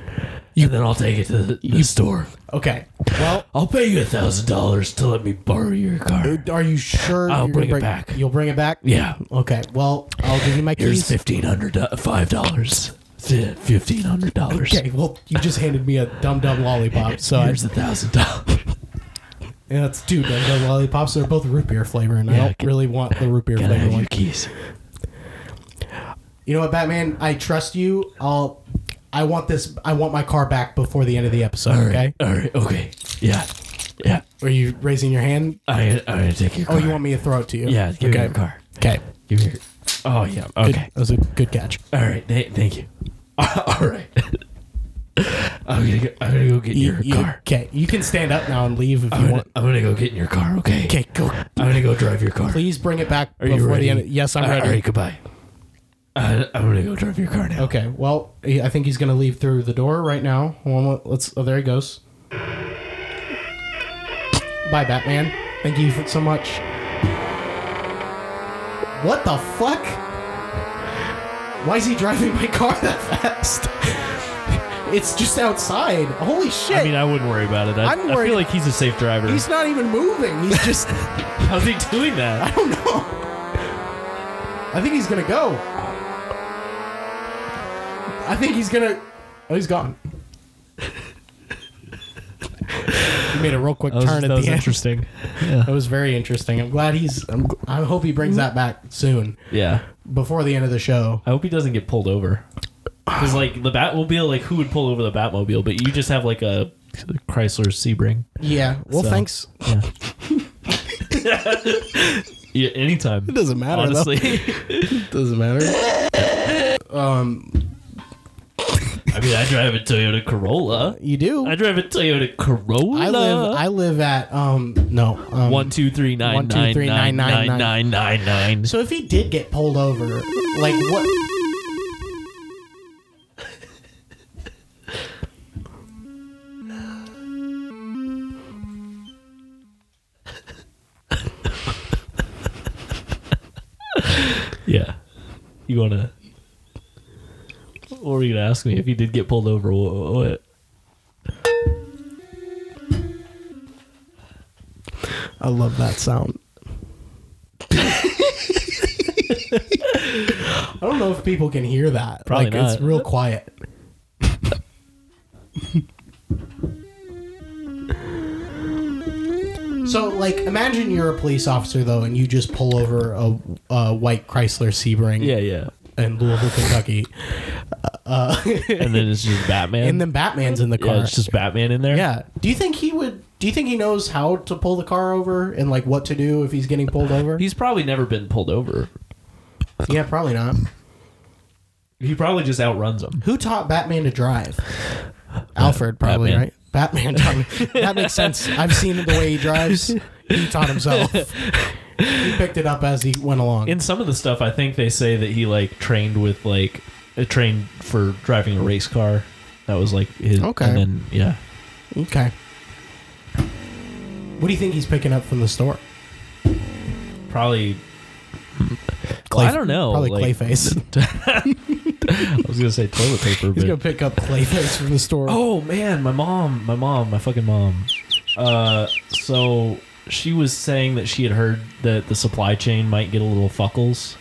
Speaker 1: and then I'll take it to the, the store.
Speaker 2: Okay. Well,
Speaker 1: I'll pay you a thousand dollars to let me borrow your car.
Speaker 2: are you sure?
Speaker 1: I'll
Speaker 2: you're gonna
Speaker 1: bring it back.
Speaker 2: You'll bring it back.
Speaker 1: Yeah,
Speaker 2: Okay. Well, I'll give you my
Speaker 1: here's
Speaker 2: keys.
Speaker 1: fifteen hundred five dollars. Fifteen hundred dollars.
Speaker 2: Okay, well, you just handed me a dum dum lollipop, so I,
Speaker 1: Here's a thousand dollars.
Speaker 2: yeah, that's two dum dum lollipops. They're both root beer flavor, and I
Speaker 1: Yeah,
Speaker 2: don't
Speaker 1: can-
Speaker 2: really want the root beer
Speaker 1: Can I
Speaker 2: flavor
Speaker 1: have
Speaker 2: one.
Speaker 1: your keys?
Speaker 2: You know what, Batman? I trust you. I'll. I want this. I want my car back before the end of the episode.
Speaker 1: All
Speaker 2: Okay.
Speaker 1: right. All right. Okay. Yeah. Yeah.
Speaker 2: Are you raising your hand?
Speaker 1: I I gonna take your car.
Speaker 2: Oh, you want me to throw it to you?
Speaker 1: Yeah. Give me
Speaker 2: okay.
Speaker 1: your car.
Speaker 2: Okay.
Speaker 1: Give me your. Oh yeah.
Speaker 2: Good-
Speaker 1: Okay.
Speaker 2: That was a good catch.
Speaker 1: All right, th- thank you. All right, I'm gonna go, I'm gonna go get in your car.
Speaker 2: Okay. You can stand up now and leave if
Speaker 1: I'm
Speaker 2: you
Speaker 1: gonna,
Speaker 2: want.
Speaker 1: I'm gonna go get in your car. Okay.
Speaker 2: Okay. Go.
Speaker 1: I'm gonna go drive your car.
Speaker 2: Please bring it back
Speaker 1: Are
Speaker 2: before
Speaker 1: you ready? Uh,
Speaker 2: the end. Of, yes, I'm
Speaker 1: All
Speaker 2: ready.
Speaker 1: right, goodbye. I, I'm gonna go drive your car now.
Speaker 2: Okay. Well, I think he's gonna leave through the door right now. Hold on, let's. Oh, there he goes. Bye, Batman. Thank you for, so much. What the fuck? Why is he driving my car that fast? it's just outside. Holy shit!
Speaker 1: I mean, I wouldn't worry about it. I,
Speaker 2: I'm
Speaker 1: I
Speaker 2: worried-
Speaker 1: feel like he's a safe driver.
Speaker 2: he's not even moving. He's just.
Speaker 1: How's he doing that?
Speaker 2: I don't know. I think he's gonna go. I think he's gonna. Oh, he's gone. he made a real quick turn at the end.
Speaker 1: interesting. Yeah.
Speaker 2: That was very interesting. I'm glad he's. I'm, gl- I hope he brings that back soon,
Speaker 1: yeah.
Speaker 2: before the end of the show.
Speaker 1: I hope he doesn't get pulled over. Because like the Batmobile, like who would pull over the Batmobile? But you just have like a Chrysler Sebring.
Speaker 2: Yeah. Well,
Speaker 1: So-
Speaker 2: thanks.
Speaker 1: Yeah. yeah anytime.
Speaker 2: It doesn't matter.
Speaker 1: Honestly,
Speaker 2: it doesn't matter. Um,
Speaker 1: I mean, I drive a Toyota Corolla.
Speaker 2: you do.
Speaker 1: I drive a Toyota Corolla.
Speaker 2: I live. I live at. Um, no. Um,
Speaker 1: one two three nine
Speaker 2: One, two,
Speaker 1: nine
Speaker 2: three,
Speaker 1: nine nine
Speaker 2: nine, nine,
Speaker 1: nine nine nine.
Speaker 2: So if he did get pulled over, like what?
Speaker 1: Yeah. You wanna? What were you gonna ask me if you did get pulled over? What? what?
Speaker 2: I love that sound. I don't know if people can hear that.
Speaker 1: Probably
Speaker 2: like, It's
Speaker 1: not.
Speaker 2: real quiet. so, like, imagine you're a police officer though, and you just pull over a, a white Chrysler Sebring
Speaker 1: Yeah, yeah.
Speaker 2: in Louisville, Kentucky,
Speaker 1: And then it's just Batman.
Speaker 2: and then Batman's in the car.
Speaker 1: yeah, it's just Batman in there.
Speaker 2: Yeah. Do you think he would? Do you think he knows how to pull the car over and like what to do if he's getting pulled over?
Speaker 1: He's probably never been pulled over.
Speaker 2: yeah, probably not.
Speaker 1: He probably just outruns them.
Speaker 2: Who taught Batman to drive? Alfred, probably
Speaker 1: Batman.
Speaker 2: right. Batman. Taught me. That makes sense. I've seen the way he drives. He taught himself. He picked it up as he went along.
Speaker 1: In some of the stuff, I think they say that he like trained with like uh, trained for driving a race car. That was like his.
Speaker 2: Okay.
Speaker 1: And then yeah,
Speaker 2: okay. What do you think he's picking up from the store?
Speaker 1: probably.
Speaker 2: Clay,
Speaker 1: I don't know.
Speaker 2: Probably
Speaker 1: like,
Speaker 2: Clayface.
Speaker 1: I was gonna say toilet paper,
Speaker 2: He's
Speaker 1: but
Speaker 2: gonna pick up Clayface from the store.
Speaker 1: Oh man, my mom, my mom, my fucking mom. Uh, so she was saying that she had heard that the supply chain might get a little fuckles,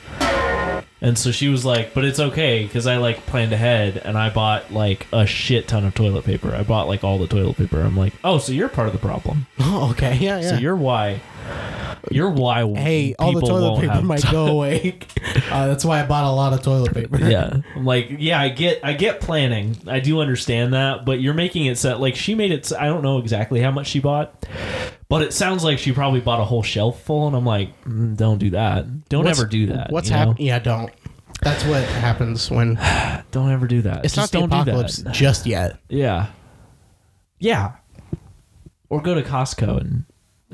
Speaker 1: and so she was like, "But it's okay because I like planned ahead and I bought like a shit ton of toilet paper. I bought like all the toilet paper. I'm like, oh, so you're part of the problem.
Speaker 2: Oh, okay. Yeah, yeah.
Speaker 1: So you're why, you're why.
Speaker 2: hey, all the
Speaker 1: people
Speaker 2: toilet
Speaker 1: won't
Speaker 2: paper
Speaker 1: have
Speaker 2: might
Speaker 1: to-
Speaker 2: go away. Uh, that's why I bought a lot of toilet paper.
Speaker 1: yeah i'm like yeah i get i get planning i do understand that but you're making it set like she made it s- i don't know exactly how much she bought but it sounds like she probably bought a whole shelf full and i'm like mm, don't do that don't
Speaker 2: What's-
Speaker 1: ever do that
Speaker 2: What's
Speaker 1: you know?
Speaker 2: happening? Yeah, don't. That's what happens when
Speaker 1: don't ever do that
Speaker 2: it's
Speaker 1: Just
Speaker 2: not the
Speaker 1: don't do
Speaker 2: apocalypse
Speaker 1: that.
Speaker 2: just yet.
Speaker 1: yeah yeah or go to costco and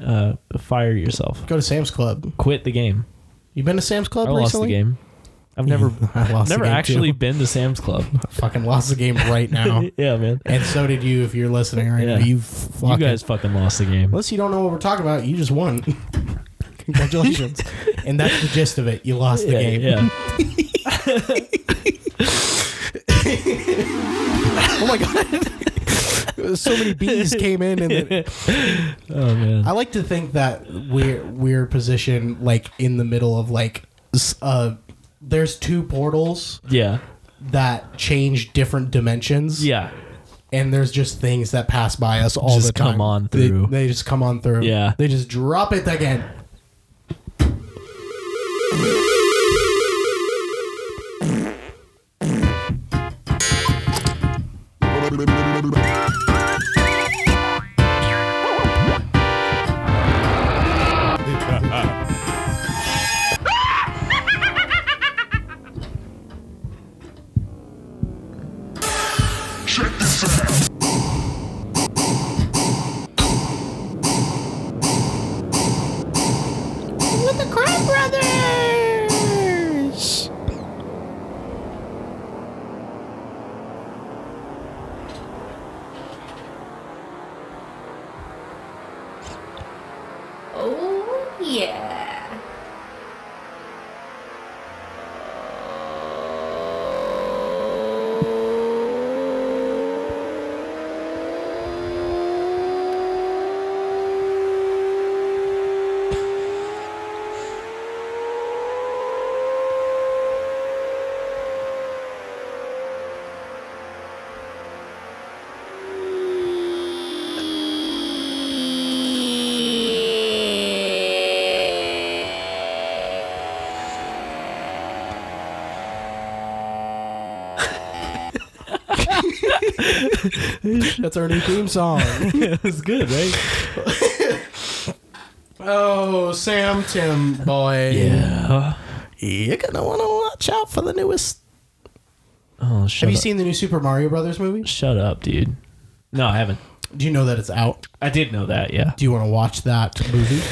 Speaker 1: uh, fire yourself
Speaker 2: Go to Sam's Club.
Speaker 1: quit the game
Speaker 2: You been to Sam's Club
Speaker 1: i lost the
Speaker 2: recently?
Speaker 1: game i've never
Speaker 2: I lost the
Speaker 1: never
Speaker 2: game,
Speaker 1: actually
Speaker 2: too.
Speaker 1: been to sam's club
Speaker 2: Fucking lost the game right now.
Speaker 1: yeah man
Speaker 2: and so did you if you're listening right
Speaker 1: Yeah.
Speaker 2: now. You
Speaker 1: you
Speaker 2: fucking
Speaker 1: guys fucking lost the game
Speaker 2: Unless you don't know what we're talking about, you just won. Congratulations. and that's the gist of it. You lost the
Speaker 1: yeah, yeah.
Speaker 2: game. Oh my god. so many bees came in and then-
Speaker 1: Oh man.
Speaker 2: I like to think that we're we're positioned like in the middle of like s- uh there's two portals
Speaker 1: yeah.
Speaker 2: that change different dimensions
Speaker 1: Yeah.
Speaker 2: and there's just things that pass by us all
Speaker 1: Just
Speaker 2: the time.
Speaker 1: come on
Speaker 2: They-
Speaker 1: through.
Speaker 2: They, just come on through.
Speaker 1: Yeah.
Speaker 2: They just drop it again. With the Crime Brothers.
Speaker 3: Oh, yeah.
Speaker 2: That's our new theme song.
Speaker 1: It's good, right?
Speaker 2: oh, Sam Tim boy.
Speaker 1: Yeah.
Speaker 2: You're gonna wanna watch out for the newest.
Speaker 1: Oh, shut
Speaker 2: Have you
Speaker 1: up.
Speaker 2: seen the new Super Mario Brothers movie?
Speaker 1: Shut up, dude. No, I haven't.
Speaker 2: Do you know that it's out?
Speaker 1: I did know that, yeah.
Speaker 2: Do you want to watch that movie?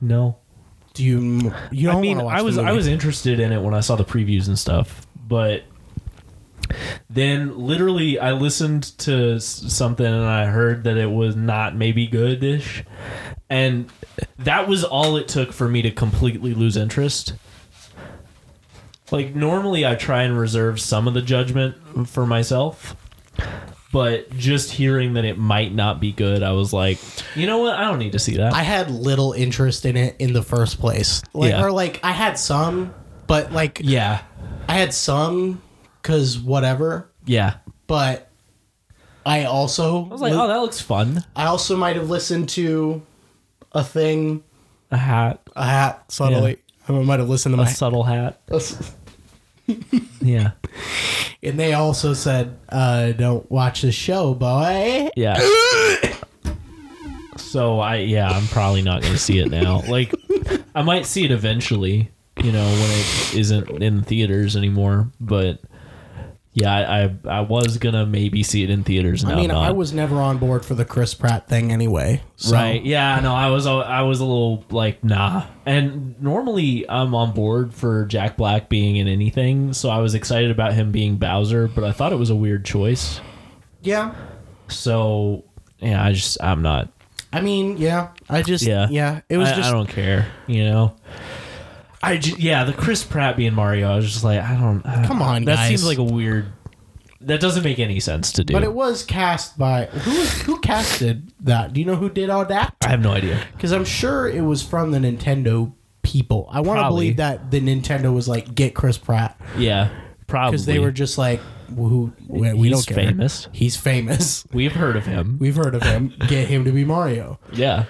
Speaker 1: No.
Speaker 2: Do you? You don't
Speaker 1: I mean,
Speaker 2: want to watch
Speaker 1: I
Speaker 2: the
Speaker 1: was I
Speaker 2: movie.
Speaker 1: was interested in it when I saw the previews and stuff, but then literally I listened to s- something and I heard that it was not maybe goodish, and that was all it took for me to completely lose interest. Like normally I try and reserve some of the judgment for myself. But just hearing that it might not be good, I was like, you know what? I don't need to see that.
Speaker 2: I had little interest in it in the first place. Like,
Speaker 1: Yeah.
Speaker 2: or like I had some, but like
Speaker 1: yeah.
Speaker 2: I had some because whatever.
Speaker 1: Yeah.
Speaker 2: But I also
Speaker 1: I was like, oh, that looks fun.
Speaker 2: I also might have listened to a thing
Speaker 1: A hat.
Speaker 2: a hat subtly. I might have listened to
Speaker 1: a
Speaker 2: my.
Speaker 1: subtle hat.
Speaker 2: a s-
Speaker 1: Yeah.
Speaker 2: And they also said, uh, "Don't watch the show, boy."
Speaker 1: Yeah. so I yeah, I'm probably not gonna see it now. Like I might see it eventually, you know, when it isn't in theaters anymore. But yeah, I I, I was gonna maybe see it in theaters. and
Speaker 2: I
Speaker 1: now
Speaker 2: mean,
Speaker 1: I'm not.
Speaker 2: I was never on board for the Chris Pratt thing anyway. So.
Speaker 1: Right. Yeah. No, I was. al- I was a little like nah. And normally I'm on board for Jack Black being in anything, so I was excited about him being Bowser, but I thought it was a weird choice.
Speaker 2: Yeah.
Speaker 1: So yeah, I just I'm not.
Speaker 2: I mean, yeah. I just
Speaker 1: Yeah.
Speaker 2: yeah. It was
Speaker 1: I,
Speaker 2: just
Speaker 1: I don't care. You know. I ju- yeah, the Chris Pratt being Mario, I was just like I don't. I-
Speaker 2: Come on,
Speaker 1: that
Speaker 2: guys.
Speaker 1: seems like a weird. That doesn't make any sense to do.
Speaker 2: But it was cast by who? was- Who casted that? Do you know who did all that?
Speaker 1: I have no idea.
Speaker 2: Because I'm sure it was from the Nintendo people. I want to
Speaker 1: Probably.
Speaker 2: believe that the Nintendo was like, get Chris Pratt
Speaker 1: Yeah, probably
Speaker 2: because they were just like, who? We, we
Speaker 1: He's
Speaker 2: don't care.
Speaker 1: famous.
Speaker 2: He's famous.
Speaker 1: We've heard of him.
Speaker 2: We've heard of him. Get him to be Mario.
Speaker 1: Yeah.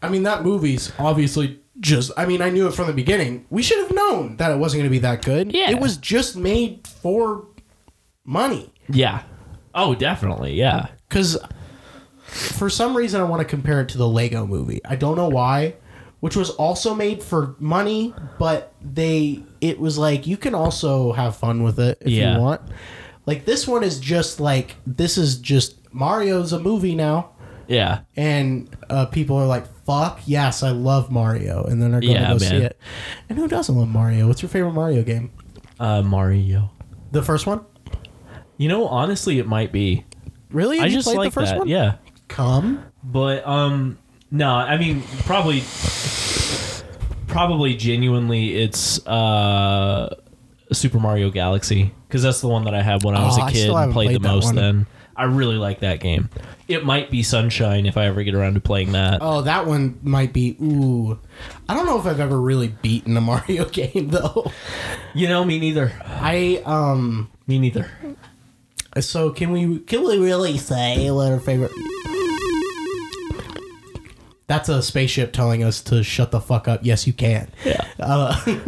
Speaker 2: I mean, that movie's obviously just. I mean, I knew it from the beginning. We should have known that it wasn't going to be that good.
Speaker 1: Yeah.
Speaker 2: it was just made for money.
Speaker 1: Yeah. Oh, definitely. Yeah.
Speaker 2: because for some reason I want to compare it to the Lego Movie. I don't know why, which was also made for money, but they it was like you can also have fun with it if
Speaker 1: Yeah.
Speaker 2: you want. Like this one is just like this is just Mario's a movie now,
Speaker 1: Yeah.
Speaker 2: and uh, people are like, "Fuck yes, I love Mario," and then they're going
Speaker 1: Yeah,
Speaker 2: to go see
Speaker 1: man.
Speaker 2: it. And who doesn't love Mario? What's your favorite Mario game?
Speaker 1: Uh, Mario.
Speaker 2: The first one.
Speaker 1: You know, honestly, it might be.
Speaker 2: Really?
Speaker 1: I
Speaker 2: You
Speaker 1: just
Speaker 2: played
Speaker 1: like that. Yeah.
Speaker 2: Come.
Speaker 1: But um, no, I mean probably, probably genuinely, it's uh, Super Mario Galaxy because that's the one that I had when I was
Speaker 2: Oh,
Speaker 1: a
Speaker 2: I
Speaker 1: kid
Speaker 2: still
Speaker 1: and
Speaker 2: haven't
Speaker 1: played,
Speaker 2: played
Speaker 1: the
Speaker 2: that
Speaker 1: most.
Speaker 2: one.
Speaker 1: Then I really like that game. It might be Sunshine if I ever get around to playing that.
Speaker 2: Oh, that one might be. Ooh, I don't know if I've ever really beaten a Mario game though.
Speaker 1: You know, me neither.
Speaker 2: I um.
Speaker 1: Me neither.
Speaker 2: So can we can we really say what our favorite? That's a spaceship telling us to shut the fuck up. Yes, you can. Uh,
Speaker 1: Yeah.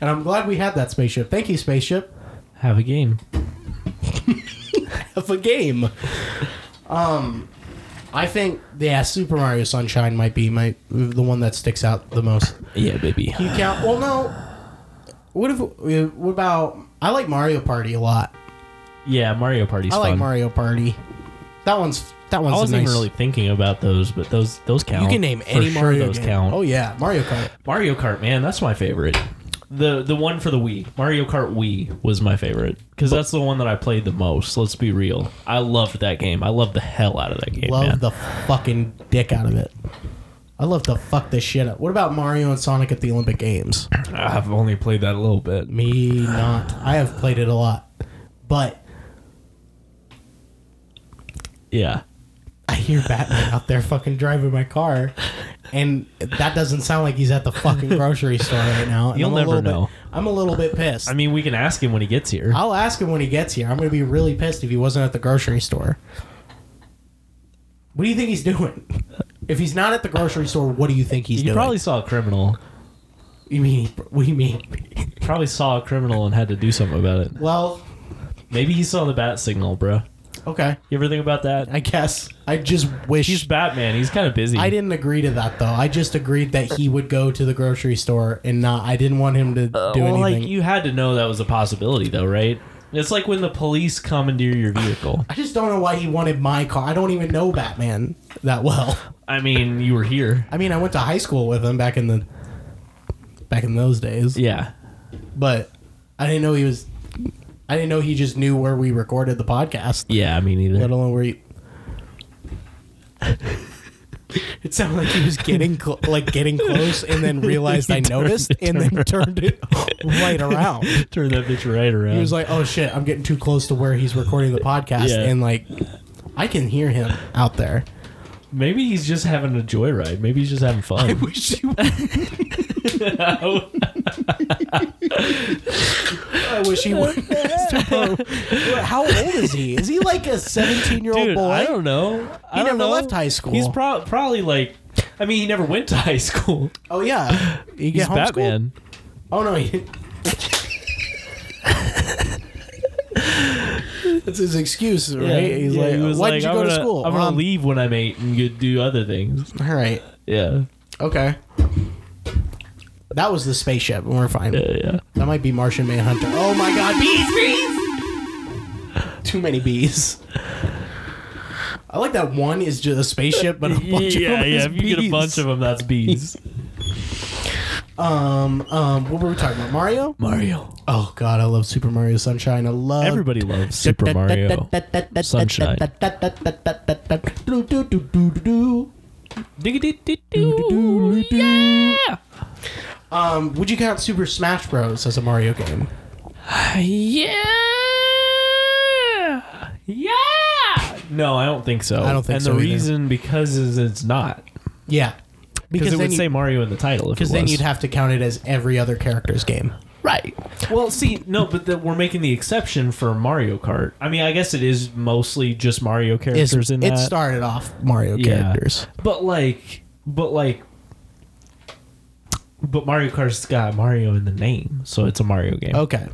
Speaker 2: And I'm glad we had that spaceship. Thank you, spaceship.
Speaker 1: Have a game.
Speaker 2: Of a game. Um, I think yeah, Super Mario Sunshine might be my the one that sticks out the most.
Speaker 1: Yeah, baby.
Speaker 2: You count? Well, no. What if? What about? I like Mario Party a lot.
Speaker 1: Yeah, Mario Party's
Speaker 2: I
Speaker 1: fun.
Speaker 2: like Mario Party. That one's that one's
Speaker 1: I
Speaker 2: a
Speaker 1: wasn't
Speaker 2: nice.
Speaker 1: even really thinking about those, but those those count.
Speaker 2: you can name
Speaker 1: For
Speaker 2: any
Speaker 1: sure
Speaker 2: Mario
Speaker 1: Those
Speaker 2: game.
Speaker 1: count.
Speaker 2: Oh yeah, Mario Kart.
Speaker 1: Mario Kart, man, that's my favorite. The the one for the Wii, Mario Kart Wii, was my favorite because that's the one that I played the most. Let's be real, I loved that game. I loved the hell out of that game.
Speaker 2: Love
Speaker 1: man.
Speaker 2: the fucking dick out of it. I love to fuck this shit up. What about Mario and Sonic at the Olympic Games?
Speaker 1: I've only played that a little bit.
Speaker 2: Me not. I have played it a lot, but
Speaker 1: Yeah,
Speaker 2: I hear Batman out there fucking driving my car, and that doesn't sound like he's at the fucking grocery store right now. And
Speaker 1: You'll
Speaker 2: I'm a
Speaker 1: never
Speaker 2: little bit-
Speaker 1: know.
Speaker 2: I'm a little bit pissed.
Speaker 1: I mean, we can ask him when he gets here.
Speaker 2: I'll ask him when he gets here. I'm gonna be really pissed if he wasn't at the grocery store. What do you think he's doing? If he's not at the grocery store, what do you think he's
Speaker 1: you
Speaker 2: doing?
Speaker 1: probably saw a criminal.
Speaker 2: You mean? What do you mean?
Speaker 1: Probably saw a criminal and had to do something about it.
Speaker 2: Well,
Speaker 1: Maybe he saw the bat signal, bro.
Speaker 2: okay.
Speaker 1: You ever think about that?
Speaker 2: I guess. I just wish.
Speaker 1: He's Batman. He's kind of busy.
Speaker 2: I didn't agree to that though. I just agreed that he would go to the grocery store and not. I didn't want him to do
Speaker 1: Uh, well,
Speaker 2: anything.
Speaker 1: like you had to know that was a possibility, though, right? It's like when the police commandeer your vehicle.
Speaker 2: I just don't know why he wanted my car. I don't even know Batman that well.
Speaker 1: I mean, you were here.
Speaker 2: I mean, I went to high school with him back in the back in those days.
Speaker 1: Yeah.
Speaker 2: but I didn't know he was. I didn't know he just knew where we recorded the podcast,
Speaker 1: Yeah, I mean,
Speaker 2: let
Speaker 1: either.
Speaker 2: alone where he. It sounded like he was getting cl- like getting close, and then realized I noticed, and then turned it right around.
Speaker 1: Turn that bitch right around.
Speaker 2: He was like, "Oh shit, I'm getting too close to where he's recording the podcast,"
Speaker 1: Yeah.
Speaker 2: and like, I can hear him out there.
Speaker 1: maybe he's just having a joyride. Maybe he's just having
Speaker 2: I
Speaker 1: fun. Oh,
Speaker 2: wish you. I wish he would. How old is he? Is he like a 17 year old
Speaker 1: Dude,
Speaker 2: boy?
Speaker 1: I don't know. I
Speaker 2: He
Speaker 1: don't
Speaker 2: never
Speaker 1: know.
Speaker 2: left high school.
Speaker 1: He's prob probably like, I mean, he never went to high school.
Speaker 2: oh yeah, you
Speaker 1: He's
Speaker 2: get homeschooled?
Speaker 1: Batman.
Speaker 2: Oh no, he. That's his excuse, right?
Speaker 1: Yeah.
Speaker 2: He's
Speaker 1: Yeah,
Speaker 2: like,
Speaker 1: he was
Speaker 2: why did you
Speaker 1: I'm
Speaker 2: go to
Speaker 1: gonna-
Speaker 2: school?
Speaker 1: I'm gonna
Speaker 2: Um,
Speaker 1: leave when I'm eight and go do other things.
Speaker 2: All right.
Speaker 1: Yeah,
Speaker 2: Okay. That was the spaceship. We're fine.
Speaker 1: yeah, yeah.
Speaker 2: That might be Martian Manhunter. Oh my god, bees, bees! Too many bees. I like that one is just a spaceship, but a bunch of
Speaker 1: yeah,
Speaker 2: them
Speaker 1: yeah.
Speaker 2: is
Speaker 1: If you get a
Speaker 2: bees.
Speaker 1: bunch of them, that's bees.
Speaker 2: Um, um, what were we talking about? Mario? Uh,
Speaker 1: Mario.
Speaker 2: Oh god, I love Super Mario Sunshine. I love
Speaker 1: Everybody loves Super Mario. Sunshine. Yeah.
Speaker 2: Um, would you count Super Smash Bros. as a Mario game?
Speaker 1: Yeah. Yeah. No, I don't think so.
Speaker 2: I don't think
Speaker 1: and
Speaker 2: so
Speaker 1: the
Speaker 2: either.
Speaker 1: reason because is it's not
Speaker 2: Yeah,
Speaker 1: because it
Speaker 2: then
Speaker 1: would
Speaker 2: you-
Speaker 1: say Mario in the title. Because
Speaker 2: because then you'd have to count it as every other character's game.
Speaker 1: right. Well, see, no, but the, we're making the exception for Mario Kart. I mean, I guess it is mostly just Mario
Speaker 2: It's-
Speaker 1: characters in
Speaker 2: it
Speaker 1: that.
Speaker 2: started off Mario characters.
Speaker 1: But like, but like, but Mario Kart's got Mario in the name, so it's a Mario game.
Speaker 2: Okay.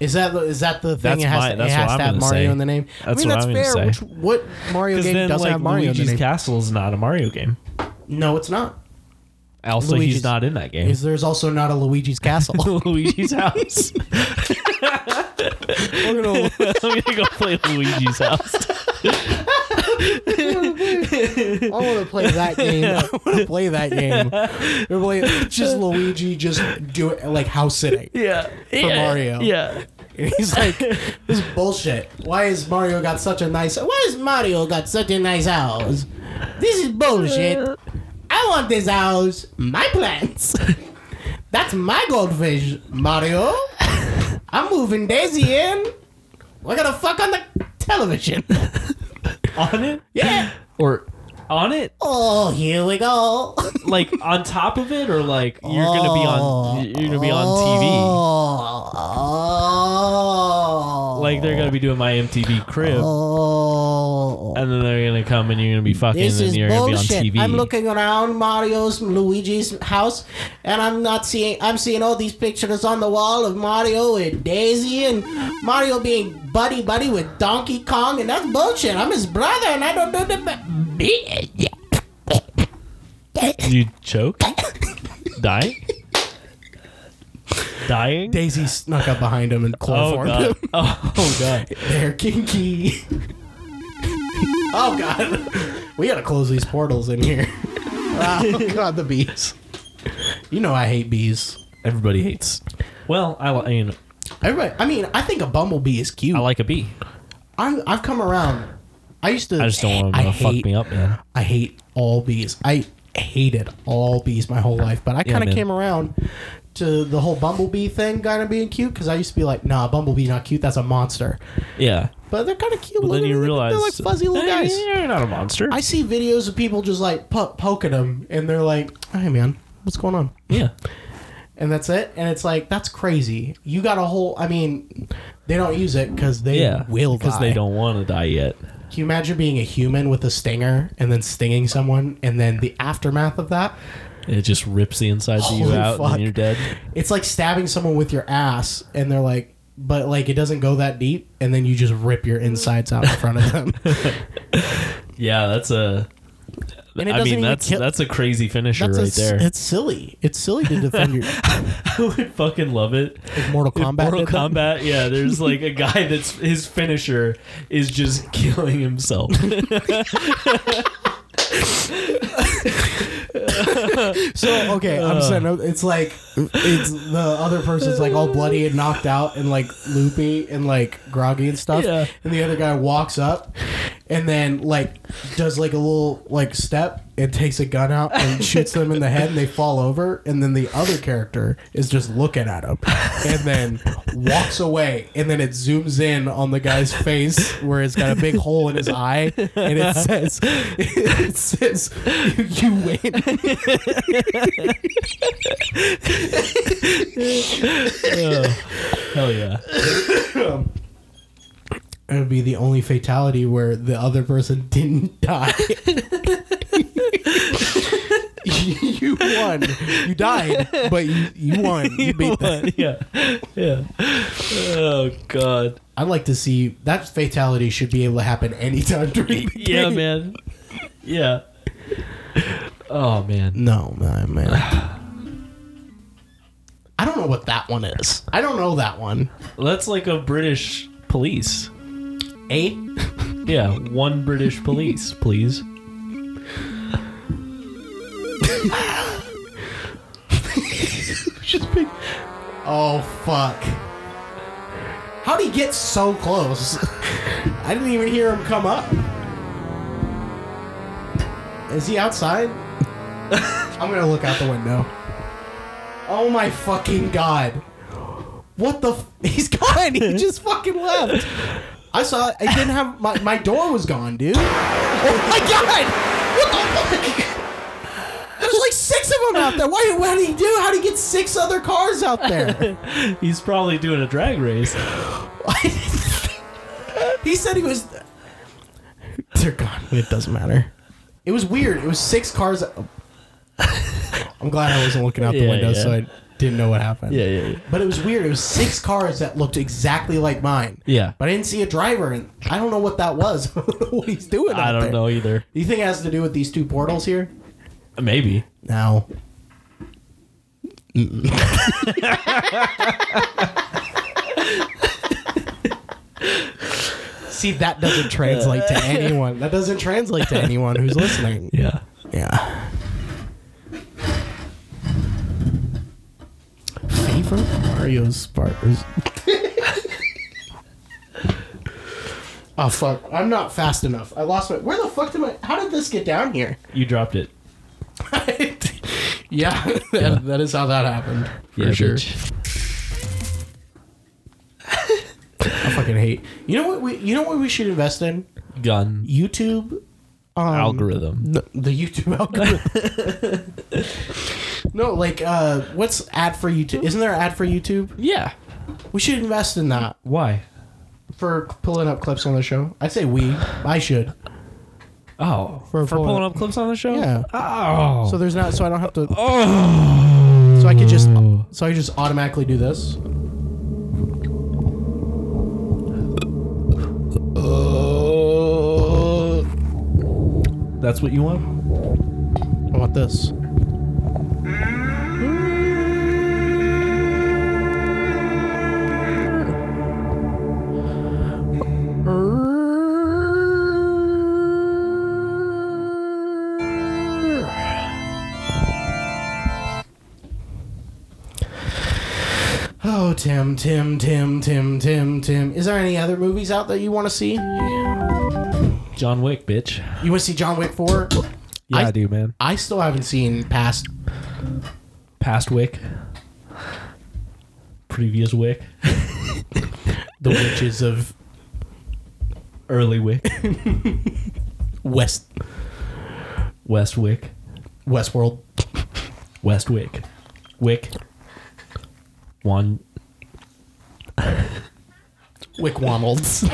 Speaker 2: Is that the- is that the thing?
Speaker 1: That's
Speaker 2: it has,
Speaker 1: my-
Speaker 2: to,
Speaker 1: that's
Speaker 2: it
Speaker 1: what
Speaker 2: has to
Speaker 1: I'm gonna
Speaker 2: have Mario
Speaker 1: say.
Speaker 2: in the name. I
Speaker 1: That's
Speaker 2: mean,
Speaker 1: what
Speaker 2: that's
Speaker 1: I'm gonna
Speaker 2: fair.
Speaker 1: say.
Speaker 2: Which, what Mario
Speaker 1: Because
Speaker 2: game
Speaker 1: then,
Speaker 2: doesn't
Speaker 1: like,
Speaker 2: have Mario
Speaker 1: Luigi's
Speaker 2: in the name?
Speaker 1: Castle is not a Mario game.
Speaker 2: no, it's not.
Speaker 1: Also,
Speaker 2: Luigi's-
Speaker 1: he's not in that game.
Speaker 2: Is there's also not a Luigi's Castle?
Speaker 1: Luigi's house.
Speaker 2: We're gonna-
Speaker 1: I'm gonna go play Luigi's house.
Speaker 2: I want to play that game. I want to play that game. We're playing- just Luigi, just do it like house sitting.
Speaker 1: Yeah. For
Speaker 2: Mario.
Speaker 1: Yeah.
Speaker 2: And he's like, this is bullshit. Why is Mario got such a nice? Why is Mario got such a nice house? This is bullshit. I want this house. My plants. That's my goldfish, Mario. I'm moving Daisy in. We're gonna fuck on the television.
Speaker 1: On it?
Speaker 2: Yeah.
Speaker 1: Or on it?
Speaker 2: Oh, here we go.
Speaker 1: Like on top of it, or like you're gonna be on? You're gonna be on TV.
Speaker 2: Oh, oh.
Speaker 1: Like they're gonna be doing my MTV crib,
Speaker 2: Oh.
Speaker 1: and then they're gonna come and you're gonna be fucking,
Speaker 2: This
Speaker 1: and
Speaker 2: is
Speaker 1: you're gonna
Speaker 2: bullshit.
Speaker 1: be on TV.
Speaker 2: I'm looking around Mario's Luigi's house, and I'm not seeing. I'm seeing all these pictures on the wall of Mario and Daisy, and Mario being buddy buddy with Donkey Kong, and that's bullshit. I'm his brother, and I don't know the.
Speaker 1: Did you choke? Die? Dying?
Speaker 2: Daisy snuck up behind him and
Speaker 1: Oh god. Oh, oh god.
Speaker 2: They're kinky. oh god. We gotta close these portals in here. oh god, the bees. You know I hate bees.
Speaker 1: Everybody hates. Well, I, li- I mean,
Speaker 2: Everybody, I mean, I think a bumblebee is cute.
Speaker 1: I
Speaker 2: I
Speaker 1: like a bee.
Speaker 2: am I've come around. I used to.
Speaker 1: I just don't want them to fuck
Speaker 2: hate-
Speaker 1: me up, man.
Speaker 2: I hate all bees. I hated all bees my whole life, but I kind of
Speaker 1: man.
Speaker 2: came around to the whole bumblebee thing kind of being cute because I used to be like, nah, bumblebee not cute. That's a monster.
Speaker 1: Yeah.
Speaker 2: But they're kind of cute.
Speaker 1: But then
Speaker 2: looking.
Speaker 1: you
Speaker 2: They're-
Speaker 1: realize
Speaker 2: they're like fuzzy little
Speaker 1: "Hey,
Speaker 2: guys.
Speaker 1: You're not a monster.
Speaker 2: I see videos of people just like po- poking them, and they're like, "Hey, man, what's going on?"
Speaker 1: yeah.
Speaker 2: And that's it. And it's like that's crazy. You got a whole. I mean, they don't use it because they
Speaker 1: Yeah.
Speaker 2: will
Speaker 1: because
Speaker 2: die.
Speaker 1: they don't want to die yet.
Speaker 2: Can you imagine being a human with a stinger and then stinging someone, and then the aftermath of that?
Speaker 1: It just rips the insides of you
Speaker 2: Holy
Speaker 1: out
Speaker 2: fuck.
Speaker 1: and you're dead.
Speaker 2: It's like stabbing someone with your ass, and they're like, but like it doesn't go that deep, and then you just rip your insides out in front of them.
Speaker 1: Yeah, that's a.
Speaker 2: And it
Speaker 1: I
Speaker 2: doesn't
Speaker 1: mean,
Speaker 2: even
Speaker 1: that's
Speaker 2: kill-
Speaker 1: that's a crazy finisher
Speaker 2: That's a
Speaker 1: right
Speaker 2: s-
Speaker 1: there.
Speaker 2: It's silly. It's silly to defend your
Speaker 1: I would fucking love it.
Speaker 2: Mortal
Speaker 1: If
Speaker 2: Kombat.
Speaker 1: Mortal
Speaker 2: did that.
Speaker 1: Kombat, yeah, there's like a guy that's his finisher is just killing himself.
Speaker 2: So okay, I'm saying uh, it's like it's the other person's like all bloody and knocked out and like loopy and like groggy and stuff,
Speaker 1: Yeah.
Speaker 2: and the other guy walks up and then like does like a little like step and takes a gun out and shoots them in the head and they fall over and then the other character is just looking at him and then walks away and then it zooms in on the guy's face where it's got a big hole in his eye and it says it says you win
Speaker 1: Oh, hell yeah.
Speaker 2: It would be the only fatality where the other person didn't die. you won. You died, but you, you won. You beat that.
Speaker 1: yeah, yeah. Oh god.
Speaker 2: I'd like to see that fatality should be able to happen anytime during the
Speaker 1: Yeah,
Speaker 2: game.
Speaker 1: man. Yeah. Oh man.
Speaker 2: No, no, man. I don't know what that one is. I don't know that one.
Speaker 1: That's like a British police.
Speaker 2: A?
Speaker 1: Yeah, one British police, please.
Speaker 2: Just big. Oh fuck. How'd he get so close? I didn't even hear him come up. Is he outside? I'm gonna look out the window. Oh my fucking god. What the f- He's gone! He just fucking left! I saw I didn't have my, my door was gone, dude. Oh my god! What the fuck? There's like six of them out there. Why? What did he do? How did he get six other cars out there?
Speaker 1: He's probably doing a drag race.
Speaker 2: he said he was. They're gone. It doesn't matter. It was weird. It was six cars. I'm glad I wasn't looking out the
Speaker 1: Yeah,
Speaker 2: window,
Speaker 1: yeah.
Speaker 2: so I didn't know what happened.
Speaker 1: Yeah, yeah, yeah.
Speaker 2: But it was weird. It was six cars that looked exactly like mine.
Speaker 1: Yeah.
Speaker 2: But I didn't see a driver, and I don't know what that was. what he's doing?
Speaker 1: I
Speaker 2: out
Speaker 1: don't
Speaker 2: there.
Speaker 1: know either.
Speaker 2: Do you think it has to do with these two portals here?
Speaker 1: Maybe.
Speaker 2: No. See, that doesn't translate to anyone. That doesn't translate to anyone who's listening.
Speaker 1: Yeah.
Speaker 2: Yeah. Favorite Mario Sparkers. oh fuck! I'm not fast enough. I lost my. Where the fuck did my? How did this get down here?
Speaker 1: You dropped it.
Speaker 2: yeah, that, that is how that happened. For
Speaker 1: yeah,
Speaker 2: sure.
Speaker 1: bitch.
Speaker 2: I fucking hate. You know what we you know what we should invest in?
Speaker 1: Gun
Speaker 2: YouTube um,
Speaker 1: algorithm.
Speaker 2: The, the YouTube algorithm. no, like uh what's ad for YouTube? Isn't there an ad for YouTube?
Speaker 1: Yeah.
Speaker 2: We should invest in that
Speaker 1: Why?
Speaker 2: for pulling up clips on the show. I say we. I should.
Speaker 1: Oh,
Speaker 2: For
Speaker 1: for,
Speaker 2: pulling-
Speaker 1: pulling, up clips on the show.
Speaker 2: Yeah.
Speaker 1: Oh.
Speaker 2: So there's not so I don't have to
Speaker 1: oh.
Speaker 2: so I could just so I just automatically do this.
Speaker 1: That's what you want?
Speaker 2: I want this. Oh, Tim, Tim, Tim, Tim, Tim, Tim. Is there any other movies out that you want to see? You
Speaker 1: John Wick, bitch.
Speaker 2: want to see John Wick 4?
Speaker 1: Yeah,
Speaker 2: I-
Speaker 1: I, do, man.
Speaker 2: I still haven't seen past
Speaker 1: Past Wick. Previous Wick.
Speaker 2: the witches of
Speaker 1: Early Wick.
Speaker 2: West
Speaker 1: West Wick.
Speaker 2: Westworld.
Speaker 1: West Wick. Wick. One.
Speaker 2: Wick Womolds.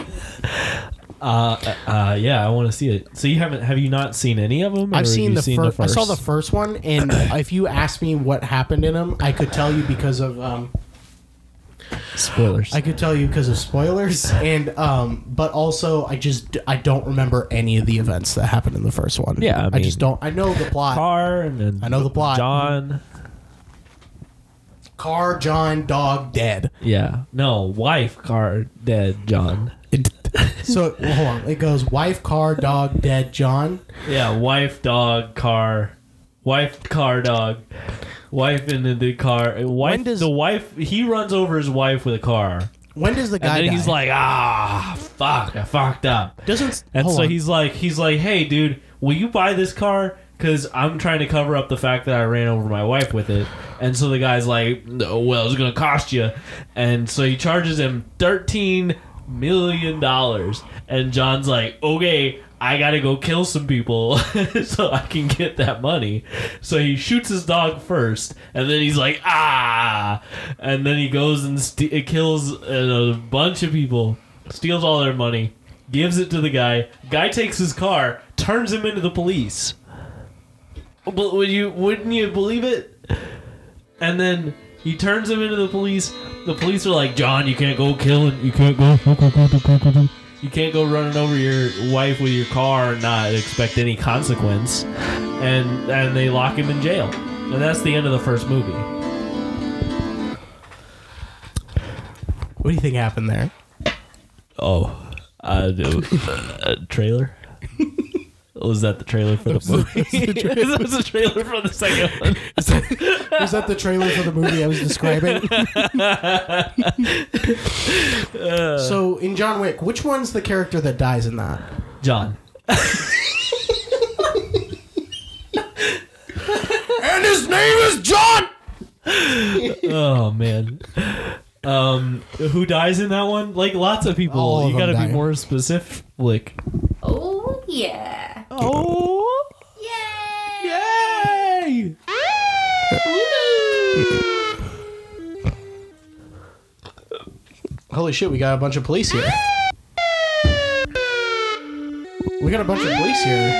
Speaker 1: Uh, yeah, I want to see it. So you haven't? Have you not seen any of them? or
Speaker 2: I've
Speaker 1: have
Speaker 2: seen,
Speaker 1: you
Speaker 2: the, fir- I saw the first one, and if you asked me what happened in them, I could tell you because of um,
Speaker 1: spoilers.
Speaker 2: I could tell you because of spoilers, and um, but also I just I don't remember any of the events that happened in the first one.
Speaker 1: Yeah, I
Speaker 2: I, just
Speaker 1: mean-
Speaker 2: don't. I know the plot. Car,
Speaker 1: car and then
Speaker 2: I know the plot.
Speaker 1: John.
Speaker 2: John, dog, dead.
Speaker 1: Yeah. No, wife, car, dead, John.
Speaker 2: so well, hold on, it goes wife, car, dog, dead, John.
Speaker 1: Yeah, wife, dog, car, wife, car, dog, wife in the, the car. Wife,
Speaker 2: does-
Speaker 1: the wife. He runs over his wife with a car,
Speaker 2: When does the
Speaker 1: and
Speaker 2: guy?
Speaker 1: then
Speaker 2: die?
Speaker 1: he's like, ah, fuck, I fucked up.
Speaker 2: doesn't
Speaker 1: And
Speaker 2: hold
Speaker 1: so
Speaker 2: on.
Speaker 1: he's like, he's like, hey, dude, will you buy this car? Because I'm trying to cover up the fact that I ran over my wife with it. And so the guy's like, no, well, it's going to cost you. And so he charges him $13 million. And John's like, okay, I got to go kill some people so I can get that money. So he shoots his dog first. And then he's like, ah. And then he goes and st- kills uh, a bunch of people, steals all their money gives it to the guy. Guy takes his car, turns him into the police. But would you wouldn't you believe it? And then he turns him into the police. The police are like, John, you can't go killing. You can't go. You can't go running over your wife with your car and not expect any consequence. And and they lock him in jail. And that's the end of the first movie.
Speaker 2: What do you think happened there?
Speaker 1: Oh, uh, uh, trailer. Was that the trailer for the movie? that was the trailer for the second one.
Speaker 2: Was that the trailer for the movie I was describing? so in John Wick, which one's the character that dies in that?
Speaker 1: John.
Speaker 2: And his name is John.
Speaker 1: Oh man. Um, who dies in that one? Like lots of people.
Speaker 2: All of
Speaker 1: you gotta
Speaker 2: them
Speaker 1: be
Speaker 2: die.
Speaker 1: more specific. Like,
Speaker 3: Oh yeah.
Speaker 1: oh,
Speaker 3: Yay.
Speaker 1: yay!
Speaker 2: Holy shit, we got a bunch of police here. We got a bunch of police here.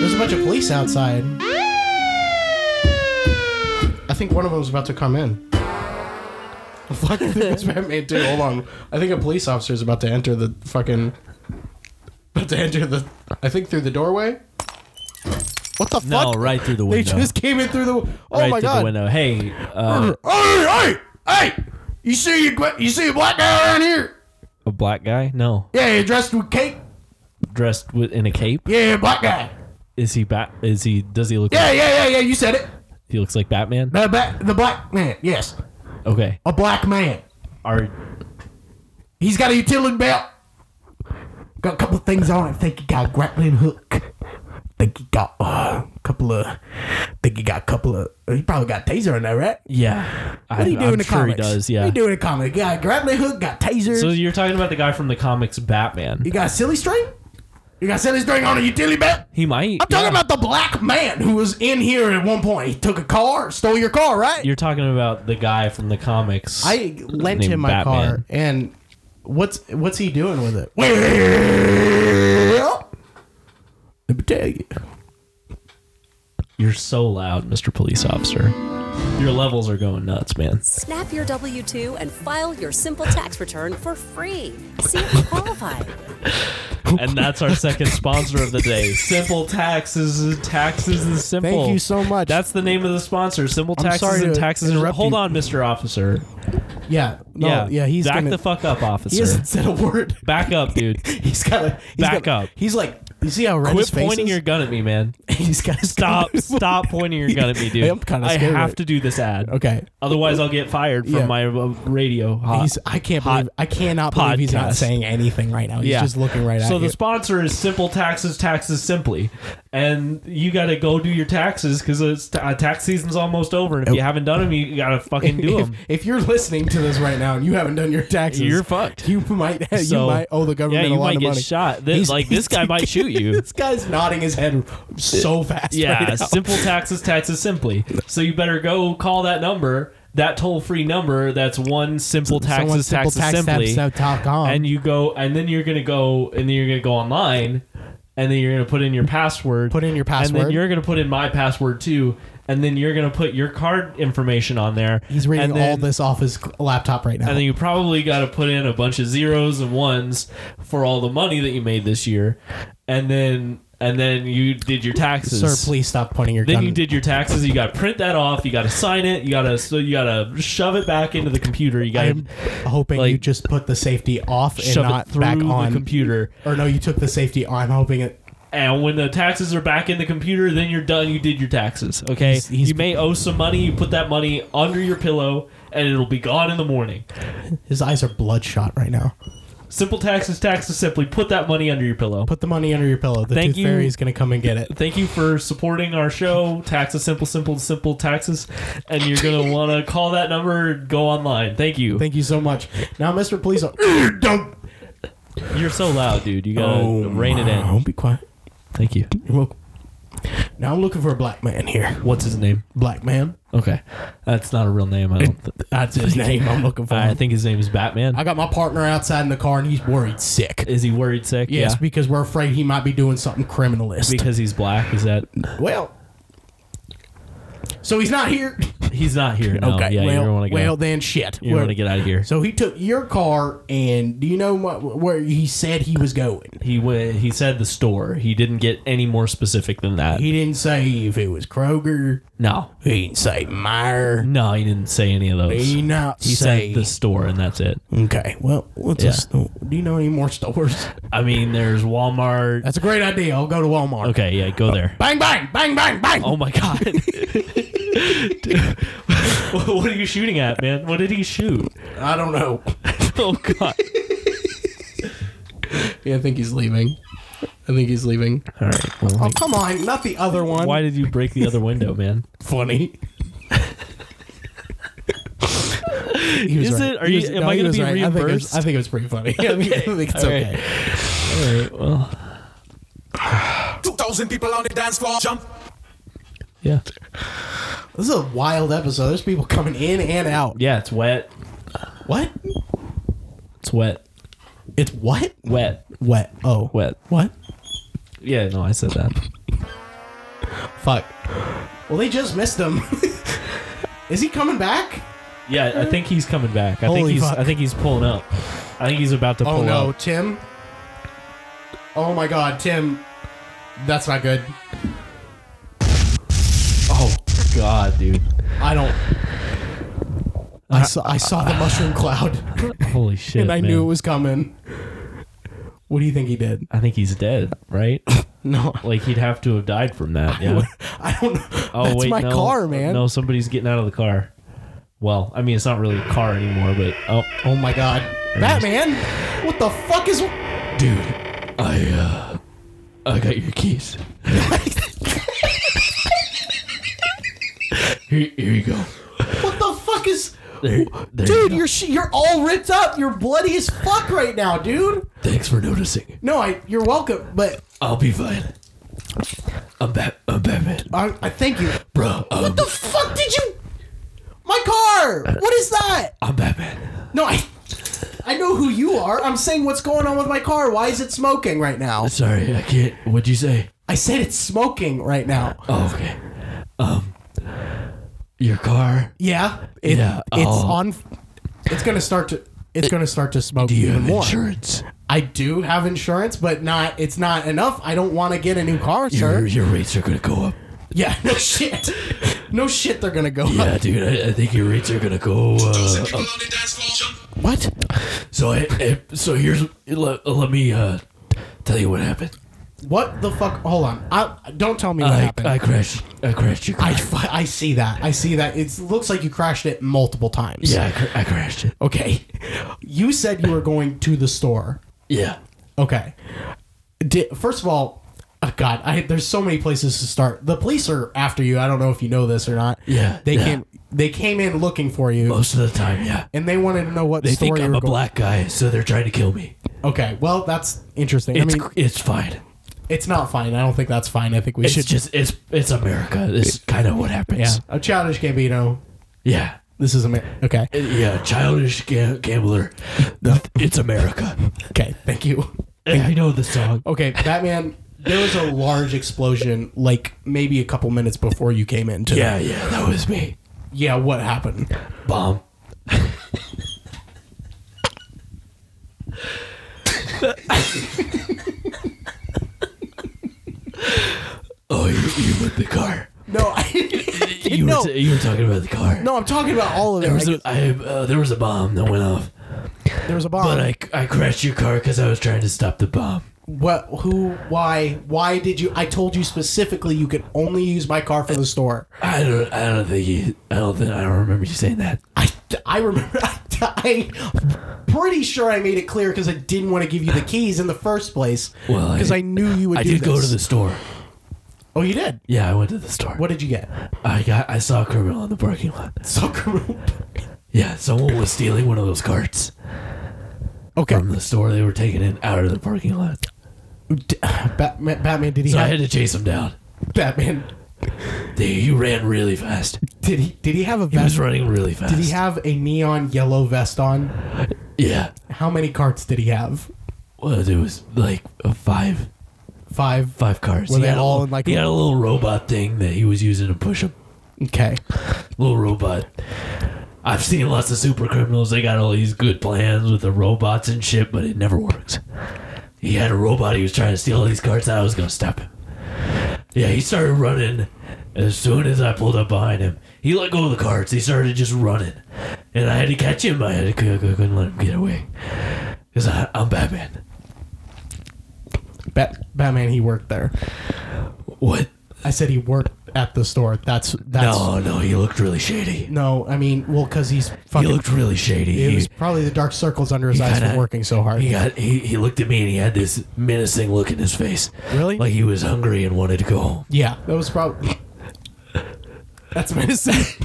Speaker 2: There's a bunch of police outside. I think one of them's about to come in. Fuck, I think it's Batman too. Hold on. I think a police officer is about to enter the fucking. About to enter the. I think through the doorway. What the
Speaker 1: No,
Speaker 2: fuck?
Speaker 1: right through the
Speaker 2: They
Speaker 1: window.
Speaker 2: just came in through the. Oh
Speaker 1: right
Speaker 2: my
Speaker 1: through
Speaker 2: god.
Speaker 1: the window. Hey, uh,
Speaker 2: Hey, hey, hey! You see you, you see a black guy around here?
Speaker 1: a black guy? No,
Speaker 2: Yeah, he dressed with cape.
Speaker 1: dressed with, in a cape.
Speaker 2: Yeah, black guy.
Speaker 1: Is he bat? Is he? Does he look?
Speaker 2: Yeah,
Speaker 1: Like,
Speaker 2: yeah, yeah, yeah. You said it.
Speaker 1: he looks like Batman.
Speaker 2: The black, the black man. Yes,
Speaker 1: Okay.
Speaker 2: a black man.
Speaker 1: Are
Speaker 2: He's got a utility belt. Got a couple of things on it. Think he got a grappling hook. Think he got uh, a couple of. Think he got a couple of. He probably got a taser in there, right?
Speaker 1: yeah.
Speaker 2: What do you do
Speaker 1: I'm
Speaker 2: in the
Speaker 1: sure
Speaker 2: comics?
Speaker 1: he does. Yeah.
Speaker 2: What do you do in the comics? Got a grappling hook. Got taser.
Speaker 1: So you're talking about the guy from the comics Batman.
Speaker 2: you got a silly string. You got a silly string on a utility belt.
Speaker 1: He might.
Speaker 2: I'm talking
Speaker 1: yeah.
Speaker 2: about the black man who was in here at one point. He took a car, stole your car, right?
Speaker 1: You're talking about the guy from the comics.
Speaker 2: I lent
Speaker 1: Named
Speaker 2: him my
Speaker 1: Batman.
Speaker 2: car, and what's what's he doing with it? Well, let me tell you.
Speaker 1: You're so loud, Mr. Police Officer. Your levels are going nuts, man.
Speaker 4: Snap your W 2 and file your simple tax return for free. See if you qualify.
Speaker 1: And that's our second sponsor of the day. Simple Taxes, Taxes and Simple.
Speaker 2: Thank you so much.
Speaker 1: That's the name of the sponsor. Simple
Speaker 2: I'm
Speaker 1: Taxes
Speaker 2: sorry
Speaker 1: and
Speaker 2: to
Speaker 1: Taxes and
Speaker 2: interrupt
Speaker 1: Hold
Speaker 2: you.
Speaker 1: on, Mr. Officer.
Speaker 2: yeah, no, yeah, he's
Speaker 1: back
Speaker 2: gonna,
Speaker 1: the fuck up,
Speaker 2: he
Speaker 1: officer.
Speaker 2: hasn't said a word.
Speaker 1: Back up, dude.
Speaker 2: He's got a he's
Speaker 1: Back
Speaker 2: got-
Speaker 1: up.
Speaker 2: He's like, you see how red
Speaker 1: Quit
Speaker 2: his face
Speaker 1: pointing
Speaker 2: is?
Speaker 1: your gun at me, man.
Speaker 2: He's got his
Speaker 1: Stop, stop pointing your gun at me, dude.
Speaker 2: I'm kinda
Speaker 1: I
Speaker 2: scared.
Speaker 1: have to do this ad.
Speaker 2: Okay.
Speaker 1: Otherwise, I'll get fired from
Speaker 2: Yeah.
Speaker 1: my uh, radio. Hot.
Speaker 2: He's, I can't
Speaker 1: hot
Speaker 2: believe I cannot believe he's
Speaker 1: podcast.
Speaker 2: not saying anything right now. He's just looking right at
Speaker 1: So
Speaker 2: you.
Speaker 1: the sponsor is Simple Taxes, Taxes Simply, and you got to go do your taxes because uh, tax season's almost over. And if you haven't done them, you got to fucking do
Speaker 2: Oh. if,
Speaker 1: them.
Speaker 2: if you're listening to this right now and you haven't done your taxes,
Speaker 1: You're fucked.
Speaker 2: You might you
Speaker 1: So-
Speaker 2: might owe the
Speaker 1: yeah,
Speaker 2: government
Speaker 1: you
Speaker 2: a lot
Speaker 1: might
Speaker 2: of
Speaker 1: get
Speaker 2: money.
Speaker 1: shot. This,
Speaker 2: He's-
Speaker 1: like this guy might shoot you. Uh,
Speaker 2: this guy's nodding his head so fast.
Speaker 1: Yeah,
Speaker 2: right now.
Speaker 1: Simple Taxes, Taxes Simply. So you better go call that number, that toll free number. That's one Simple
Speaker 2: Someone
Speaker 1: Taxes,
Speaker 2: simple
Speaker 1: Taxes Simply.
Speaker 2: tax tax tax com.
Speaker 1: and you go and then you're gonna go and then you're gonna go online and then you're gonna put in your password
Speaker 2: Put in your
Speaker 1: and then
Speaker 2: password.
Speaker 1: you're gonna put in my password too and then you're gonna put your card information on there
Speaker 2: he's reading
Speaker 1: and then,
Speaker 2: all this off his laptop right now.
Speaker 1: and then you probably got to put in a bunch of zeros and ones for all the money that you made this year and then and then you did your taxes
Speaker 2: Sir, please stop pointing your
Speaker 1: then
Speaker 2: gun.
Speaker 1: you did your taxes. You got to print that off. You got to sign it. You got to so you got to shove it back into the computer. You got
Speaker 2: I'm
Speaker 1: to
Speaker 2: hoping
Speaker 1: like,
Speaker 2: you just put the safety off and
Speaker 1: shove it
Speaker 2: not
Speaker 1: through
Speaker 2: back
Speaker 1: the
Speaker 2: on.
Speaker 1: computer.
Speaker 2: Or no, you took the safety on. I'm hoping it.
Speaker 1: and when the taxes are back in the computer, then you're done. You did your taxes. Okay,
Speaker 2: He's- he's-
Speaker 1: you may owe some money. You put that money under your pillow, and it'll be gone in the morning.
Speaker 2: His eyes are bloodshot right now.
Speaker 1: Simple taxes, taxes. Simply put that money under your pillow.
Speaker 2: Put the money under your pillow. The
Speaker 1: Thank
Speaker 2: tooth
Speaker 1: you.
Speaker 2: fairy is gonna come and get it.
Speaker 1: Thank you for supporting our show, Taxes Simple, Simple, Simple Taxes. And you're going to want to call that number, go online. Thank you.
Speaker 2: Thank you so much. Now, Mr. Police, Officer- don't.
Speaker 1: You're so loud, dude. You got to
Speaker 2: Oh,
Speaker 1: Uh, rein it in.
Speaker 2: I'll be quiet.
Speaker 1: Thank you.
Speaker 2: You're welcome. Now I'm looking for a black man here.
Speaker 1: What's his name?
Speaker 2: Black man.
Speaker 1: Okay. That's not a real name. I don't th-
Speaker 2: That's his name I'm looking for.
Speaker 1: I think his name is Batman.
Speaker 2: um, I got my partner outside in the car and he's worried sick.
Speaker 1: Is he worried sick?
Speaker 2: Yes,
Speaker 1: Yeah.
Speaker 2: because we're afraid he might be doing something criminalist.
Speaker 1: Because he's black. Is that.
Speaker 2: well, So he's not here.
Speaker 1: He's not here. No.
Speaker 2: okay.
Speaker 1: Yeah, you
Speaker 2: well,
Speaker 1: don't want to go.
Speaker 2: well, then shit.
Speaker 1: you want to get out of here.
Speaker 2: So he took your car, and do you know what, where he said he was going?
Speaker 1: he went. He said the store. He didn't get any more specific than that.
Speaker 2: He didn't say if it was Kroger.
Speaker 1: no,
Speaker 2: He didn't say Meyer.
Speaker 1: no, he didn't say any of those.
Speaker 2: He
Speaker 1: He,
Speaker 2: not say
Speaker 1: said the store, and that's it.
Speaker 2: Okay. Well, what's
Speaker 1: Yeah.
Speaker 2: a store? Do you know any more stores?
Speaker 1: I mean, there's Walmart.
Speaker 2: That's a great idea. I'll go to Walmart.
Speaker 1: Okay, yeah, go there.
Speaker 2: Bang bang bang bang bang.
Speaker 1: Oh my god. Dude, what are you shooting at, man? What did he shoot?
Speaker 2: I don't know.
Speaker 1: Oh god.
Speaker 2: Yeah, I think he's leaving. I think he's leaving.
Speaker 1: All right. Well,
Speaker 2: Oh
Speaker 1: like,
Speaker 2: come on, not the other one.
Speaker 1: why did you break the other window, man?
Speaker 2: funny? He was
Speaker 1: Is
Speaker 2: right.
Speaker 1: it- are
Speaker 2: He
Speaker 1: you-
Speaker 2: was-
Speaker 1: am I
Speaker 2: he
Speaker 1: gonna
Speaker 2: was
Speaker 1: be
Speaker 2: I think, it was,
Speaker 1: reimbursed?
Speaker 2: I think it was pretty funny. I think, I think it's
Speaker 1: All right.
Speaker 2: okay.
Speaker 5: 2,000 people on the dance floor. Jump.
Speaker 1: Yeah.
Speaker 2: This is a wild episode. There's people coming in and out.
Speaker 1: Yeah, it's wet.
Speaker 2: What?
Speaker 1: It's wet.
Speaker 2: It's what?
Speaker 1: Wet.
Speaker 2: Wet. Oh.
Speaker 1: Wet.
Speaker 2: What?
Speaker 1: Yeah, no, I said that.
Speaker 2: Fuck. Well, they just missed him. is he coming back?
Speaker 1: Yeah, I think he's coming back. I think
Speaker 2: Holy
Speaker 1: he's
Speaker 2: fuck.
Speaker 1: I think he's pulling up. I think he's about to pull
Speaker 2: Oh no,
Speaker 1: up.
Speaker 2: Tim. Oh my god, Tim. That's not good.
Speaker 1: Oh god, dude.
Speaker 2: I don't. I saw, I saw the mushroom cloud
Speaker 1: Holy shit.
Speaker 2: and I
Speaker 1: Uh-huh. man.
Speaker 2: knew it was coming. What do you think he did?
Speaker 1: I think he's dead, right?
Speaker 2: No.
Speaker 1: like he'd have to have died from that. Yeah.
Speaker 2: I don't know.
Speaker 1: Oh
Speaker 2: That's
Speaker 1: wait,
Speaker 2: my
Speaker 1: no.
Speaker 2: car, man.
Speaker 1: No, somebody's getting out of the car. Well, I mean, it's not really a car anymore, but oh,
Speaker 2: Oh my god. Batman? What the fuck is.
Speaker 1: dude, I uh, I got your keys. here, here you go.
Speaker 2: What the fuck is.
Speaker 1: There, there you
Speaker 2: Dude,
Speaker 1: go.
Speaker 2: you're sh- you're all ripped up. You're bloody as fuck right now, dude.
Speaker 1: thanks for noticing.
Speaker 2: No, I you're welcome, but
Speaker 1: I'll be fine. I'm Bat, I'm Batman,
Speaker 2: I, I thank you.
Speaker 1: bro. Um,
Speaker 2: What the fuck did you? My car. What is that?
Speaker 1: I'm Batman.
Speaker 2: No, I, I know who you are. I'm saying what's going on with my car. Why is it smoking right now?
Speaker 1: Sorry, I can't. What'd you say?
Speaker 2: I said it's smoking right now.
Speaker 1: Oh, okay. Um, your car.
Speaker 2: Yeah, it,
Speaker 1: Yeah,
Speaker 2: it's
Speaker 1: oh.
Speaker 2: on. It's gonna start to. It's gonna start to smoke
Speaker 1: Do you
Speaker 2: even
Speaker 1: have
Speaker 2: more.
Speaker 1: insurance?
Speaker 2: I do have insurance, but not. It's not enough. I don't want to get a new car, sir.
Speaker 1: Your, your rates are gonna go up.
Speaker 2: yeah, no shit. No shit. They're gonna go.
Speaker 1: Yeah,
Speaker 2: up.
Speaker 1: dude, I, I think your rates are gonna go. Uh,
Speaker 5: 2,000 people on the dance floor. Jump.
Speaker 2: What?
Speaker 1: so, I, I- so here's let, let me uh, tell you what happened.
Speaker 2: What the fuck? Hold on. I, don't tell me what
Speaker 1: I,
Speaker 2: happened.
Speaker 1: I crashed. I crashed your car.
Speaker 2: I fu- I see that. I see that. It looks like you crashed it multiple times.
Speaker 1: yeah, I, cr- I crashed it.
Speaker 2: Okay. You said you were going to the store.
Speaker 1: Yeah,
Speaker 2: Okay. Di- first of all, oh God, I, there's so many places to start. The police are after you. I don't know if you know this or not.
Speaker 1: Yeah,
Speaker 2: They
Speaker 1: yeah.
Speaker 2: came. They came in looking for you,
Speaker 1: most of the time. Yeah,
Speaker 2: and they wanted to know what
Speaker 1: they
Speaker 2: store
Speaker 1: think
Speaker 2: you
Speaker 1: I'm
Speaker 2: were
Speaker 1: a
Speaker 2: going.
Speaker 1: black guy, so they're trying to kill me.
Speaker 2: Okay. Well, that's interesting.
Speaker 1: It's
Speaker 2: I mean,
Speaker 1: cr- it's fine.
Speaker 2: it's not fine. I don't think that's fine. I think we
Speaker 1: It's
Speaker 2: should.
Speaker 1: just it's it's America. It's kind of what
Speaker 2: yeah.
Speaker 1: happens.
Speaker 2: A childish Gambino.
Speaker 1: Yeah,
Speaker 2: This is Amer- okay.
Speaker 1: yeah, yeah. Childish ga- gambler. It's America.
Speaker 2: Okay. Thank you.
Speaker 1: I know the song.
Speaker 2: Okay, Batman. There was a large explosion, like maybe a couple minutes before you came in. Today.
Speaker 1: Yeah, yeah, that was me.
Speaker 2: Yeah, what happened?
Speaker 1: bomb. oh, you, you with the car?
Speaker 2: No, I,
Speaker 1: You,
Speaker 2: No.
Speaker 1: were t- you were talking about the car.
Speaker 2: no, I'm talking about all of it.
Speaker 1: there was
Speaker 2: Like,
Speaker 1: a, I, uh, there was a bomb that went off,
Speaker 2: there was a bomb.
Speaker 1: but I, I crashed your car because I was trying to stop the bomb.
Speaker 2: what? Who? Why? Why did you? I told you specifically you could only use my car for the store.
Speaker 1: I don't I don't think you, I don't think I don't remember you saying that.
Speaker 2: I, I remember. I, am pretty sure I made it clear because I didn't want to give you the keys in the first place.
Speaker 1: Well, I-
Speaker 2: because I, knew you would.
Speaker 1: I
Speaker 2: do
Speaker 1: did go to
Speaker 2: this.
Speaker 1: the store.
Speaker 2: Oh, you did.
Speaker 1: Yeah, I went to the store.
Speaker 2: What did you get?
Speaker 1: I got I saw a criminal in the parking lot.
Speaker 2: Soccer.
Speaker 1: Yeah, someone was stealing one of those carts.
Speaker 2: Okay.
Speaker 1: from the store they were taking it out of the parking lot.
Speaker 2: D- Batman, Batman. Did he?
Speaker 1: So I
Speaker 2: have,
Speaker 1: had to chase him down.
Speaker 2: Batman.
Speaker 1: They, he ran really fast.
Speaker 2: Did he? Did he have a
Speaker 1: He was
Speaker 2: vest?
Speaker 1: running really fast.
Speaker 2: Did he have a neon yellow vest on?
Speaker 1: Yeah.
Speaker 2: How many carts did he have?
Speaker 1: Well, it was like a five,
Speaker 2: Five.
Speaker 1: five cars.
Speaker 2: Were
Speaker 1: he
Speaker 2: they
Speaker 1: had a
Speaker 2: all
Speaker 1: little-
Speaker 2: in, like,
Speaker 1: He
Speaker 2: a-
Speaker 1: had a little robot thing that he was using to push him.
Speaker 2: Okay.
Speaker 6: Little robot. I've seen lots of super criminals. They got all these good plans with the robots and shit, but it never works. He had a robot. He was trying to steal all these carts, and I was gonna stop him. Yeah, he started running. As soon as I pulled up behind him, he let go of the carts. He started just running, and I had to catch him. I had to, I couldn't let him get away because I'm Batman.
Speaker 2: Bat- Batman, he worked there.
Speaker 6: What?
Speaker 2: I said he worked at the store. That's that's
Speaker 6: No, no, he looked really shady.
Speaker 2: no. I mean, well, because he's
Speaker 6: He
Speaker 2: fucking.
Speaker 6: looked really shady.
Speaker 2: it
Speaker 6: He-
Speaker 2: was probably the dark circles under his
Speaker 6: He
Speaker 2: eyes
Speaker 6: kinda-
Speaker 2: from working so hard.
Speaker 6: He got he, he looked at me and he had this menacing look in his face.
Speaker 2: Really?
Speaker 6: Like he was hungry and wanted to go home.
Speaker 2: yeah, that was probably. That's medicine.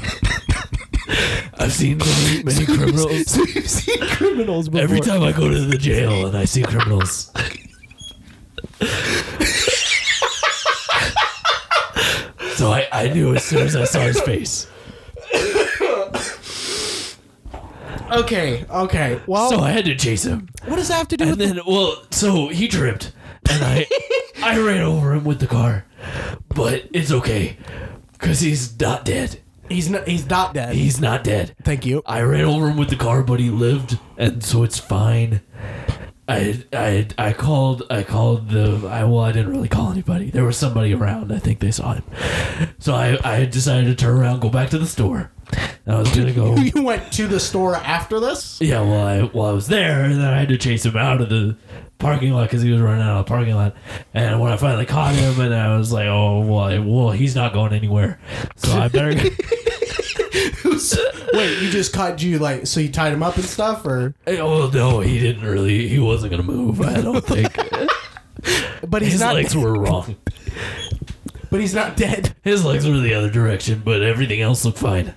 Speaker 6: I've seen many, many criminals.
Speaker 2: so you've seen criminals before.
Speaker 6: Every time I go to the jail and I see criminals. so I, I knew as soon as I saw his face.
Speaker 2: Okay. Okay. Well,
Speaker 6: So I had to chase him.
Speaker 2: what does that have to do
Speaker 6: And
Speaker 2: with?
Speaker 6: then well, so he tripped and I I ran over him with the car. But it's okay. Cause he's not dead.
Speaker 2: he's not. He's not dead.
Speaker 6: He's not dead.
Speaker 2: Thank you.
Speaker 6: I ran over him with the car, but he lived, and so it's fine. I I I called I called the I well I didn't really call anybody. There was somebody around. I think they saw him. So I I decided to turn around, go back to the store. And I was gonna go.
Speaker 2: you went to the store after this.
Speaker 6: Yeah, well I well I was there, and then I had to chase him out of the parking lot because he was running out of the parking lot. And when I finally caught him, and I was like, oh well, I- well he's not going anywhere, so I better.
Speaker 2: Wait, you just caught you like so you tied him up and stuff, or
Speaker 6: Oh no, he didn't really. He wasn't gonna move. I don't think
Speaker 2: but he's
Speaker 6: his
Speaker 2: not.
Speaker 6: legs were wrong.
Speaker 2: but he's not dead.
Speaker 6: His legs were the other direction, but everything else looked fine.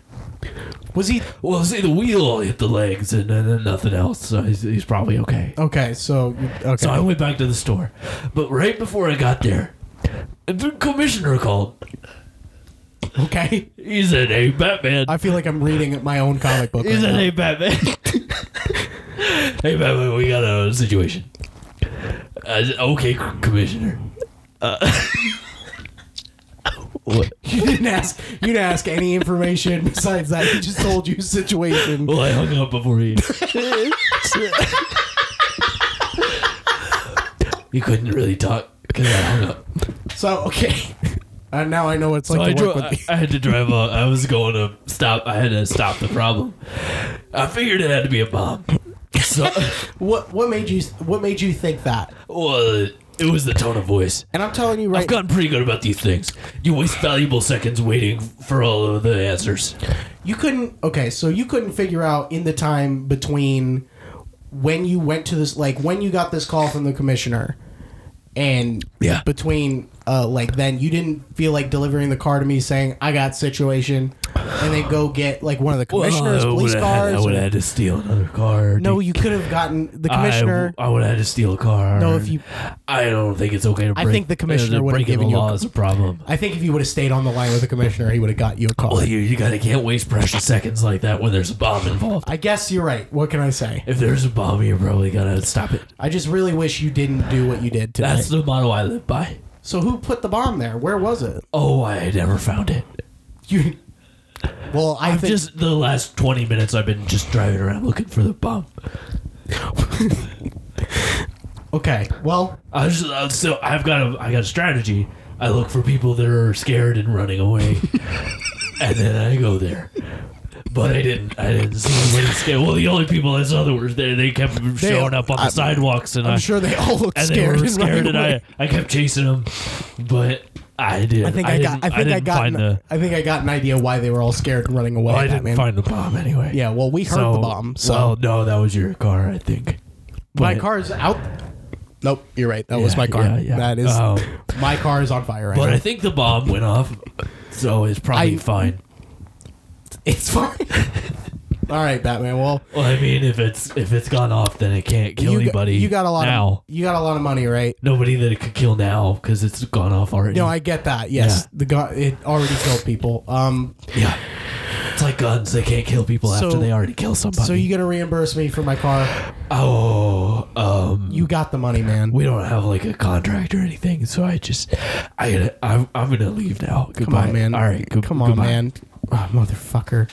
Speaker 2: Was he?
Speaker 6: Well, see, the wheel hit the legs, and then then nothing else. So he's, he's probably okay.
Speaker 2: Okay, so okay.
Speaker 6: So I went back to the store, but right before I got there, the commissioner called.
Speaker 2: okay.
Speaker 6: He said, "Hey, Batman."
Speaker 2: I feel like I'm reading my own comic book.
Speaker 6: He
Speaker 2: right
Speaker 6: said,
Speaker 2: now.
Speaker 6: "Hey, Batman." hey, Batman, we got a situation. I said, okay, commissioner. Uh,
Speaker 2: You didn't ask. You didn't ask any information besides that. He just told you situation.
Speaker 6: Well, I hung up before he. he couldn't really talk because I hung up.
Speaker 2: So okay. Uh, now I know what it's
Speaker 6: So I,
Speaker 2: like to work
Speaker 6: dro-
Speaker 2: with
Speaker 6: I,
Speaker 2: me.
Speaker 6: I had to drive out. I was going to stop. I had to stop the problem. I figured it had to be a bomb. So,
Speaker 2: What What made you What made you think that?
Speaker 6: well, it was the tone of voice.
Speaker 2: And I'm telling you
Speaker 6: I've
Speaker 2: right.
Speaker 6: gotten pretty good about these things. You waste valuable seconds waiting for all of the answers.
Speaker 2: you couldn't. Okay, so you couldn't figure out in the time between when you went to this, like when you got this call from the commissioner, and
Speaker 6: Yeah.
Speaker 2: between uh, like then you didn't feel like delivering the car to me saying I got situation, and then go get like one of the commissioners,
Speaker 6: Well, I
Speaker 2: police
Speaker 6: would've had-
Speaker 2: cars.
Speaker 6: I would have had to steal another car.
Speaker 2: no, you could have gotten the commissioner.
Speaker 6: I, I would have had to steal a car.
Speaker 2: No, if you-
Speaker 6: I don't think it's okay to
Speaker 2: I
Speaker 6: break.
Speaker 2: think the commissioner
Speaker 6: uh,
Speaker 2: would've
Speaker 6: breaking
Speaker 2: given
Speaker 6: the
Speaker 2: you a
Speaker 6: law
Speaker 2: co-
Speaker 6: is a problem.
Speaker 2: I think if you would have stayed on the line with the commissioner, he would have got you a call.
Speaker 6: Well, you you gotta can't waste precious seconds like that when there's a bomb involved.
Speaker 2: I guess you're right. What can I say?
Speaker 6: If there's a bomb, you probably gotta stop it.
Speaker 2: I just really wish you didn't do what you did today.
Speaker 6: That's the motto I live by.
Speaker 2: so who put the bomb there? Where was it?
Speaker 6: Oh, I never found it.
Speaker 2: You. Well, I
Speaker 6: I've
Speaker 2: think
Speaker 6: just the last twenty minutes I've been just driving around looking for the bomb.
Speaker 2: okay. Well,
Speaker 6: I was just, I was so I've got a I got a strategy. I look for people that are scared and running away, and then I go there. But I didn't. I didn't see anybody scared. Well, the only people I saw that were there, they kept showing up on the
Speaker 2: I'm-
Speaker 6: sidewalks, and
Speaker 2: I'm
Speaker 6: I,
Speaker 2: sure they all look
Speaker 6: and
Speaker 2: scared.
Speaker 6: they were
Speaker 2: and running
Speaker 6: scared, and
Speaker 2: away.
Speaker 6: I, I kept chasing them, but I did.
Speaker 2: I think I, got. I think I,
Speaker 6: didn't
Speaker 2: got.
Speaker 6: find
Speaker 2: An,
Speaker 6: the.
Speaker 2: I think I got an idea why they were all scared and running away.
Speaker 6: Well, I didn't
Speaker 2: Batman.
Speaker 6: find the bomb anyway.
Speaker 2: Yeah. Well, we heard
Speaker 6: so,
Speaker 2: the bomb. So
Speaker 6: well, no, that was your car, I think.
Speaker 2: my
Speaker 6: but-
Speaker 2: car is out. Nope. You're right. That was
Speaker 6: Yeah,
Speaker 2: my car.
Speaker 6: yeah, yeah.
Speaker 2: That is.
Speaker 6: Oh.
Speaker 2: My car is on fire right
Speaker 6: But
Speaker 2: now.
Speaker 6: I think the bomb went off, so it's probably
Speaker 2: I-
Speaker 6: fine.
Speaker 2: it's fine. all right, Batman. Well,
Speaker 6: Well, I mean, if it's if it's gone off, then it can't kill
Speaker 2: you got-
Speaker 6: anybody.
Speaker 2: you got a lot
Speaker 6: now.
Speaker 2: of. You got a lot of money, right?
Speaker 6: Nobody that it could kill now because it's gone off already.
Speaker 2: No, I get that. Yes,
Speaker 6: Yeah.
Speaker 2: the gun it already killed people. Um,
Speaker 6: yeah. It's like guns; they can't kill people
Speaker 2: So-
Speaker 6: after they already kill somebody.
Speaker 2: so you gonna reimburse me for my car?
Speaker 6: oh, um,
Speaker 2: You got the money, man.
Speaker 6: we don't have like a contract or anything, so I just, I, gotta- I'm, I'm gonna leave now. Goodbye,
Speaker 2: Come on, man.
Speaker 6: All right, good-
Speaker 2: come on,
Speaker 6: goodbye.
Speaker 2: man. Oh, motherfucker.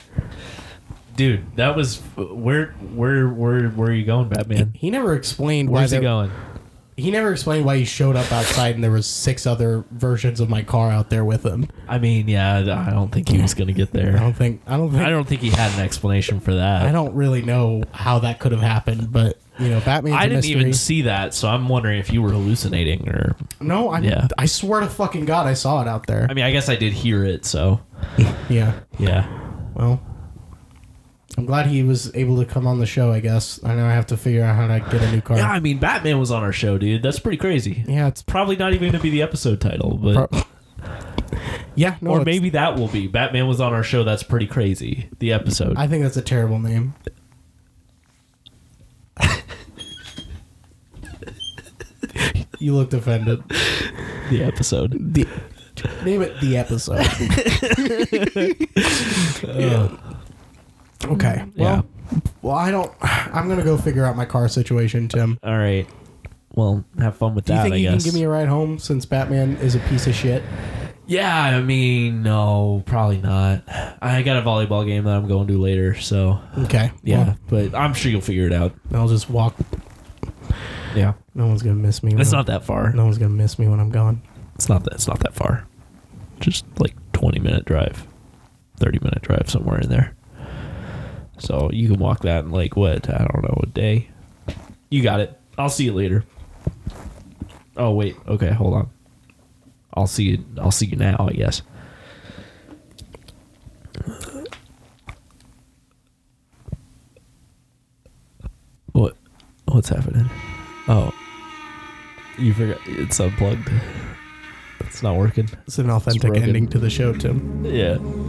Speaker 1: dude. That was where where where where are you going, Batman?
Speaker 2: He never explained why
Speaker 1: Where's he
Speaker 2: there-
Speaker 1: going?
Speaker 2: He never explained why he showed up outside and there was six other versions of my car out there with him.
Speaker 1: I mean, yeah, I I don't think he was gonna get
Speaker 2: I
Speaker 1: there.
Speaker 2: don't think I don't think
Speaker 1: I don't think he had an explanation for that.
Speaker 2: I don't really know how that could have happened, but you know, Batman's
Speaker 1: I
Speaker 2: a
Speaker 1: didn't
Speaker 2: mystery.
Speaker 1: even see that, so I'm wondering if you were hallucinating or.
Speaker 2: no, I
Speaker 1: Yeah.
Speaker 2: I swear to fucking god I saw it out there.
Speaker 1: I mean, I guess I did hear it, so
Speaker 2: yeah.
Speaker 1: yeah.
Speaker 2: Well, I'm glad he was able to come on the show, I guess. I know I have to figure out how to get a new car.
Speaker 1: Yeah, I mean, Batman was on our show, dude. That's pretty crazy.
Speaker 2: Yeah, it's
Speaker 1: Probably not even gonna be the episode title, but
Speaker 2: Pro- yeah, no,
Speaker 1: or
Speaker 2: it's-
Speaker 1: maybe that will be. Batman was on our show. That's pretty crazy. The episode.
Speaker 2: I think that's a terrible name. you looked offended.
Speaker 1: the episode.
Speaker 2: The, name it the episode. Yeah. Okay. Well, well, I don't. I'm gonna go figure out my car situation, Tim.
Speaker 1: yeah. All right. Well, have fun with
Speaker 2: Do you
Speaker 1: that.
Speaker 2: think
Speaker 1: I
Speaker 2: you
Speaker 1: guess.
Speaker 2: can give me a ride home since Batman is a piece of shit?
Speaker 1: yeah, I mean, no, probably not. I got a volleyball game that I'm going to later, so
Speaker 2: Okay.
Speaker 1: yeah.
Speaker 2: well,
Speaker 1: But I'm sure you'll figure it out.
Speaker 2: I'll just walk.
Speaker 1: Yeah,
Speaker 2: No one's gonna miss me. when
Speaker 1: it's
Speaker 2: I'm-
Speaker 1: not that far.
Speaker 2: No one's gonna miss me when I'm gone.
Speaker 1: It's not that. It's not that far. Just like twenty minute drive, thirty minute drive somewhere in there. So you can walk that in like what I don't know a day. You got it. I'll see you later. Oh wait. Okay, hold on. I'll see you. I'll see you now. I guess. What? What's happening? Oh, you forgot. It's unplugged. It's not working.
Speaker 2: It's an authentic
Speaker 1: broken.
Speaker 2: ending to the show, Tim.
Speaker 1: Yeah.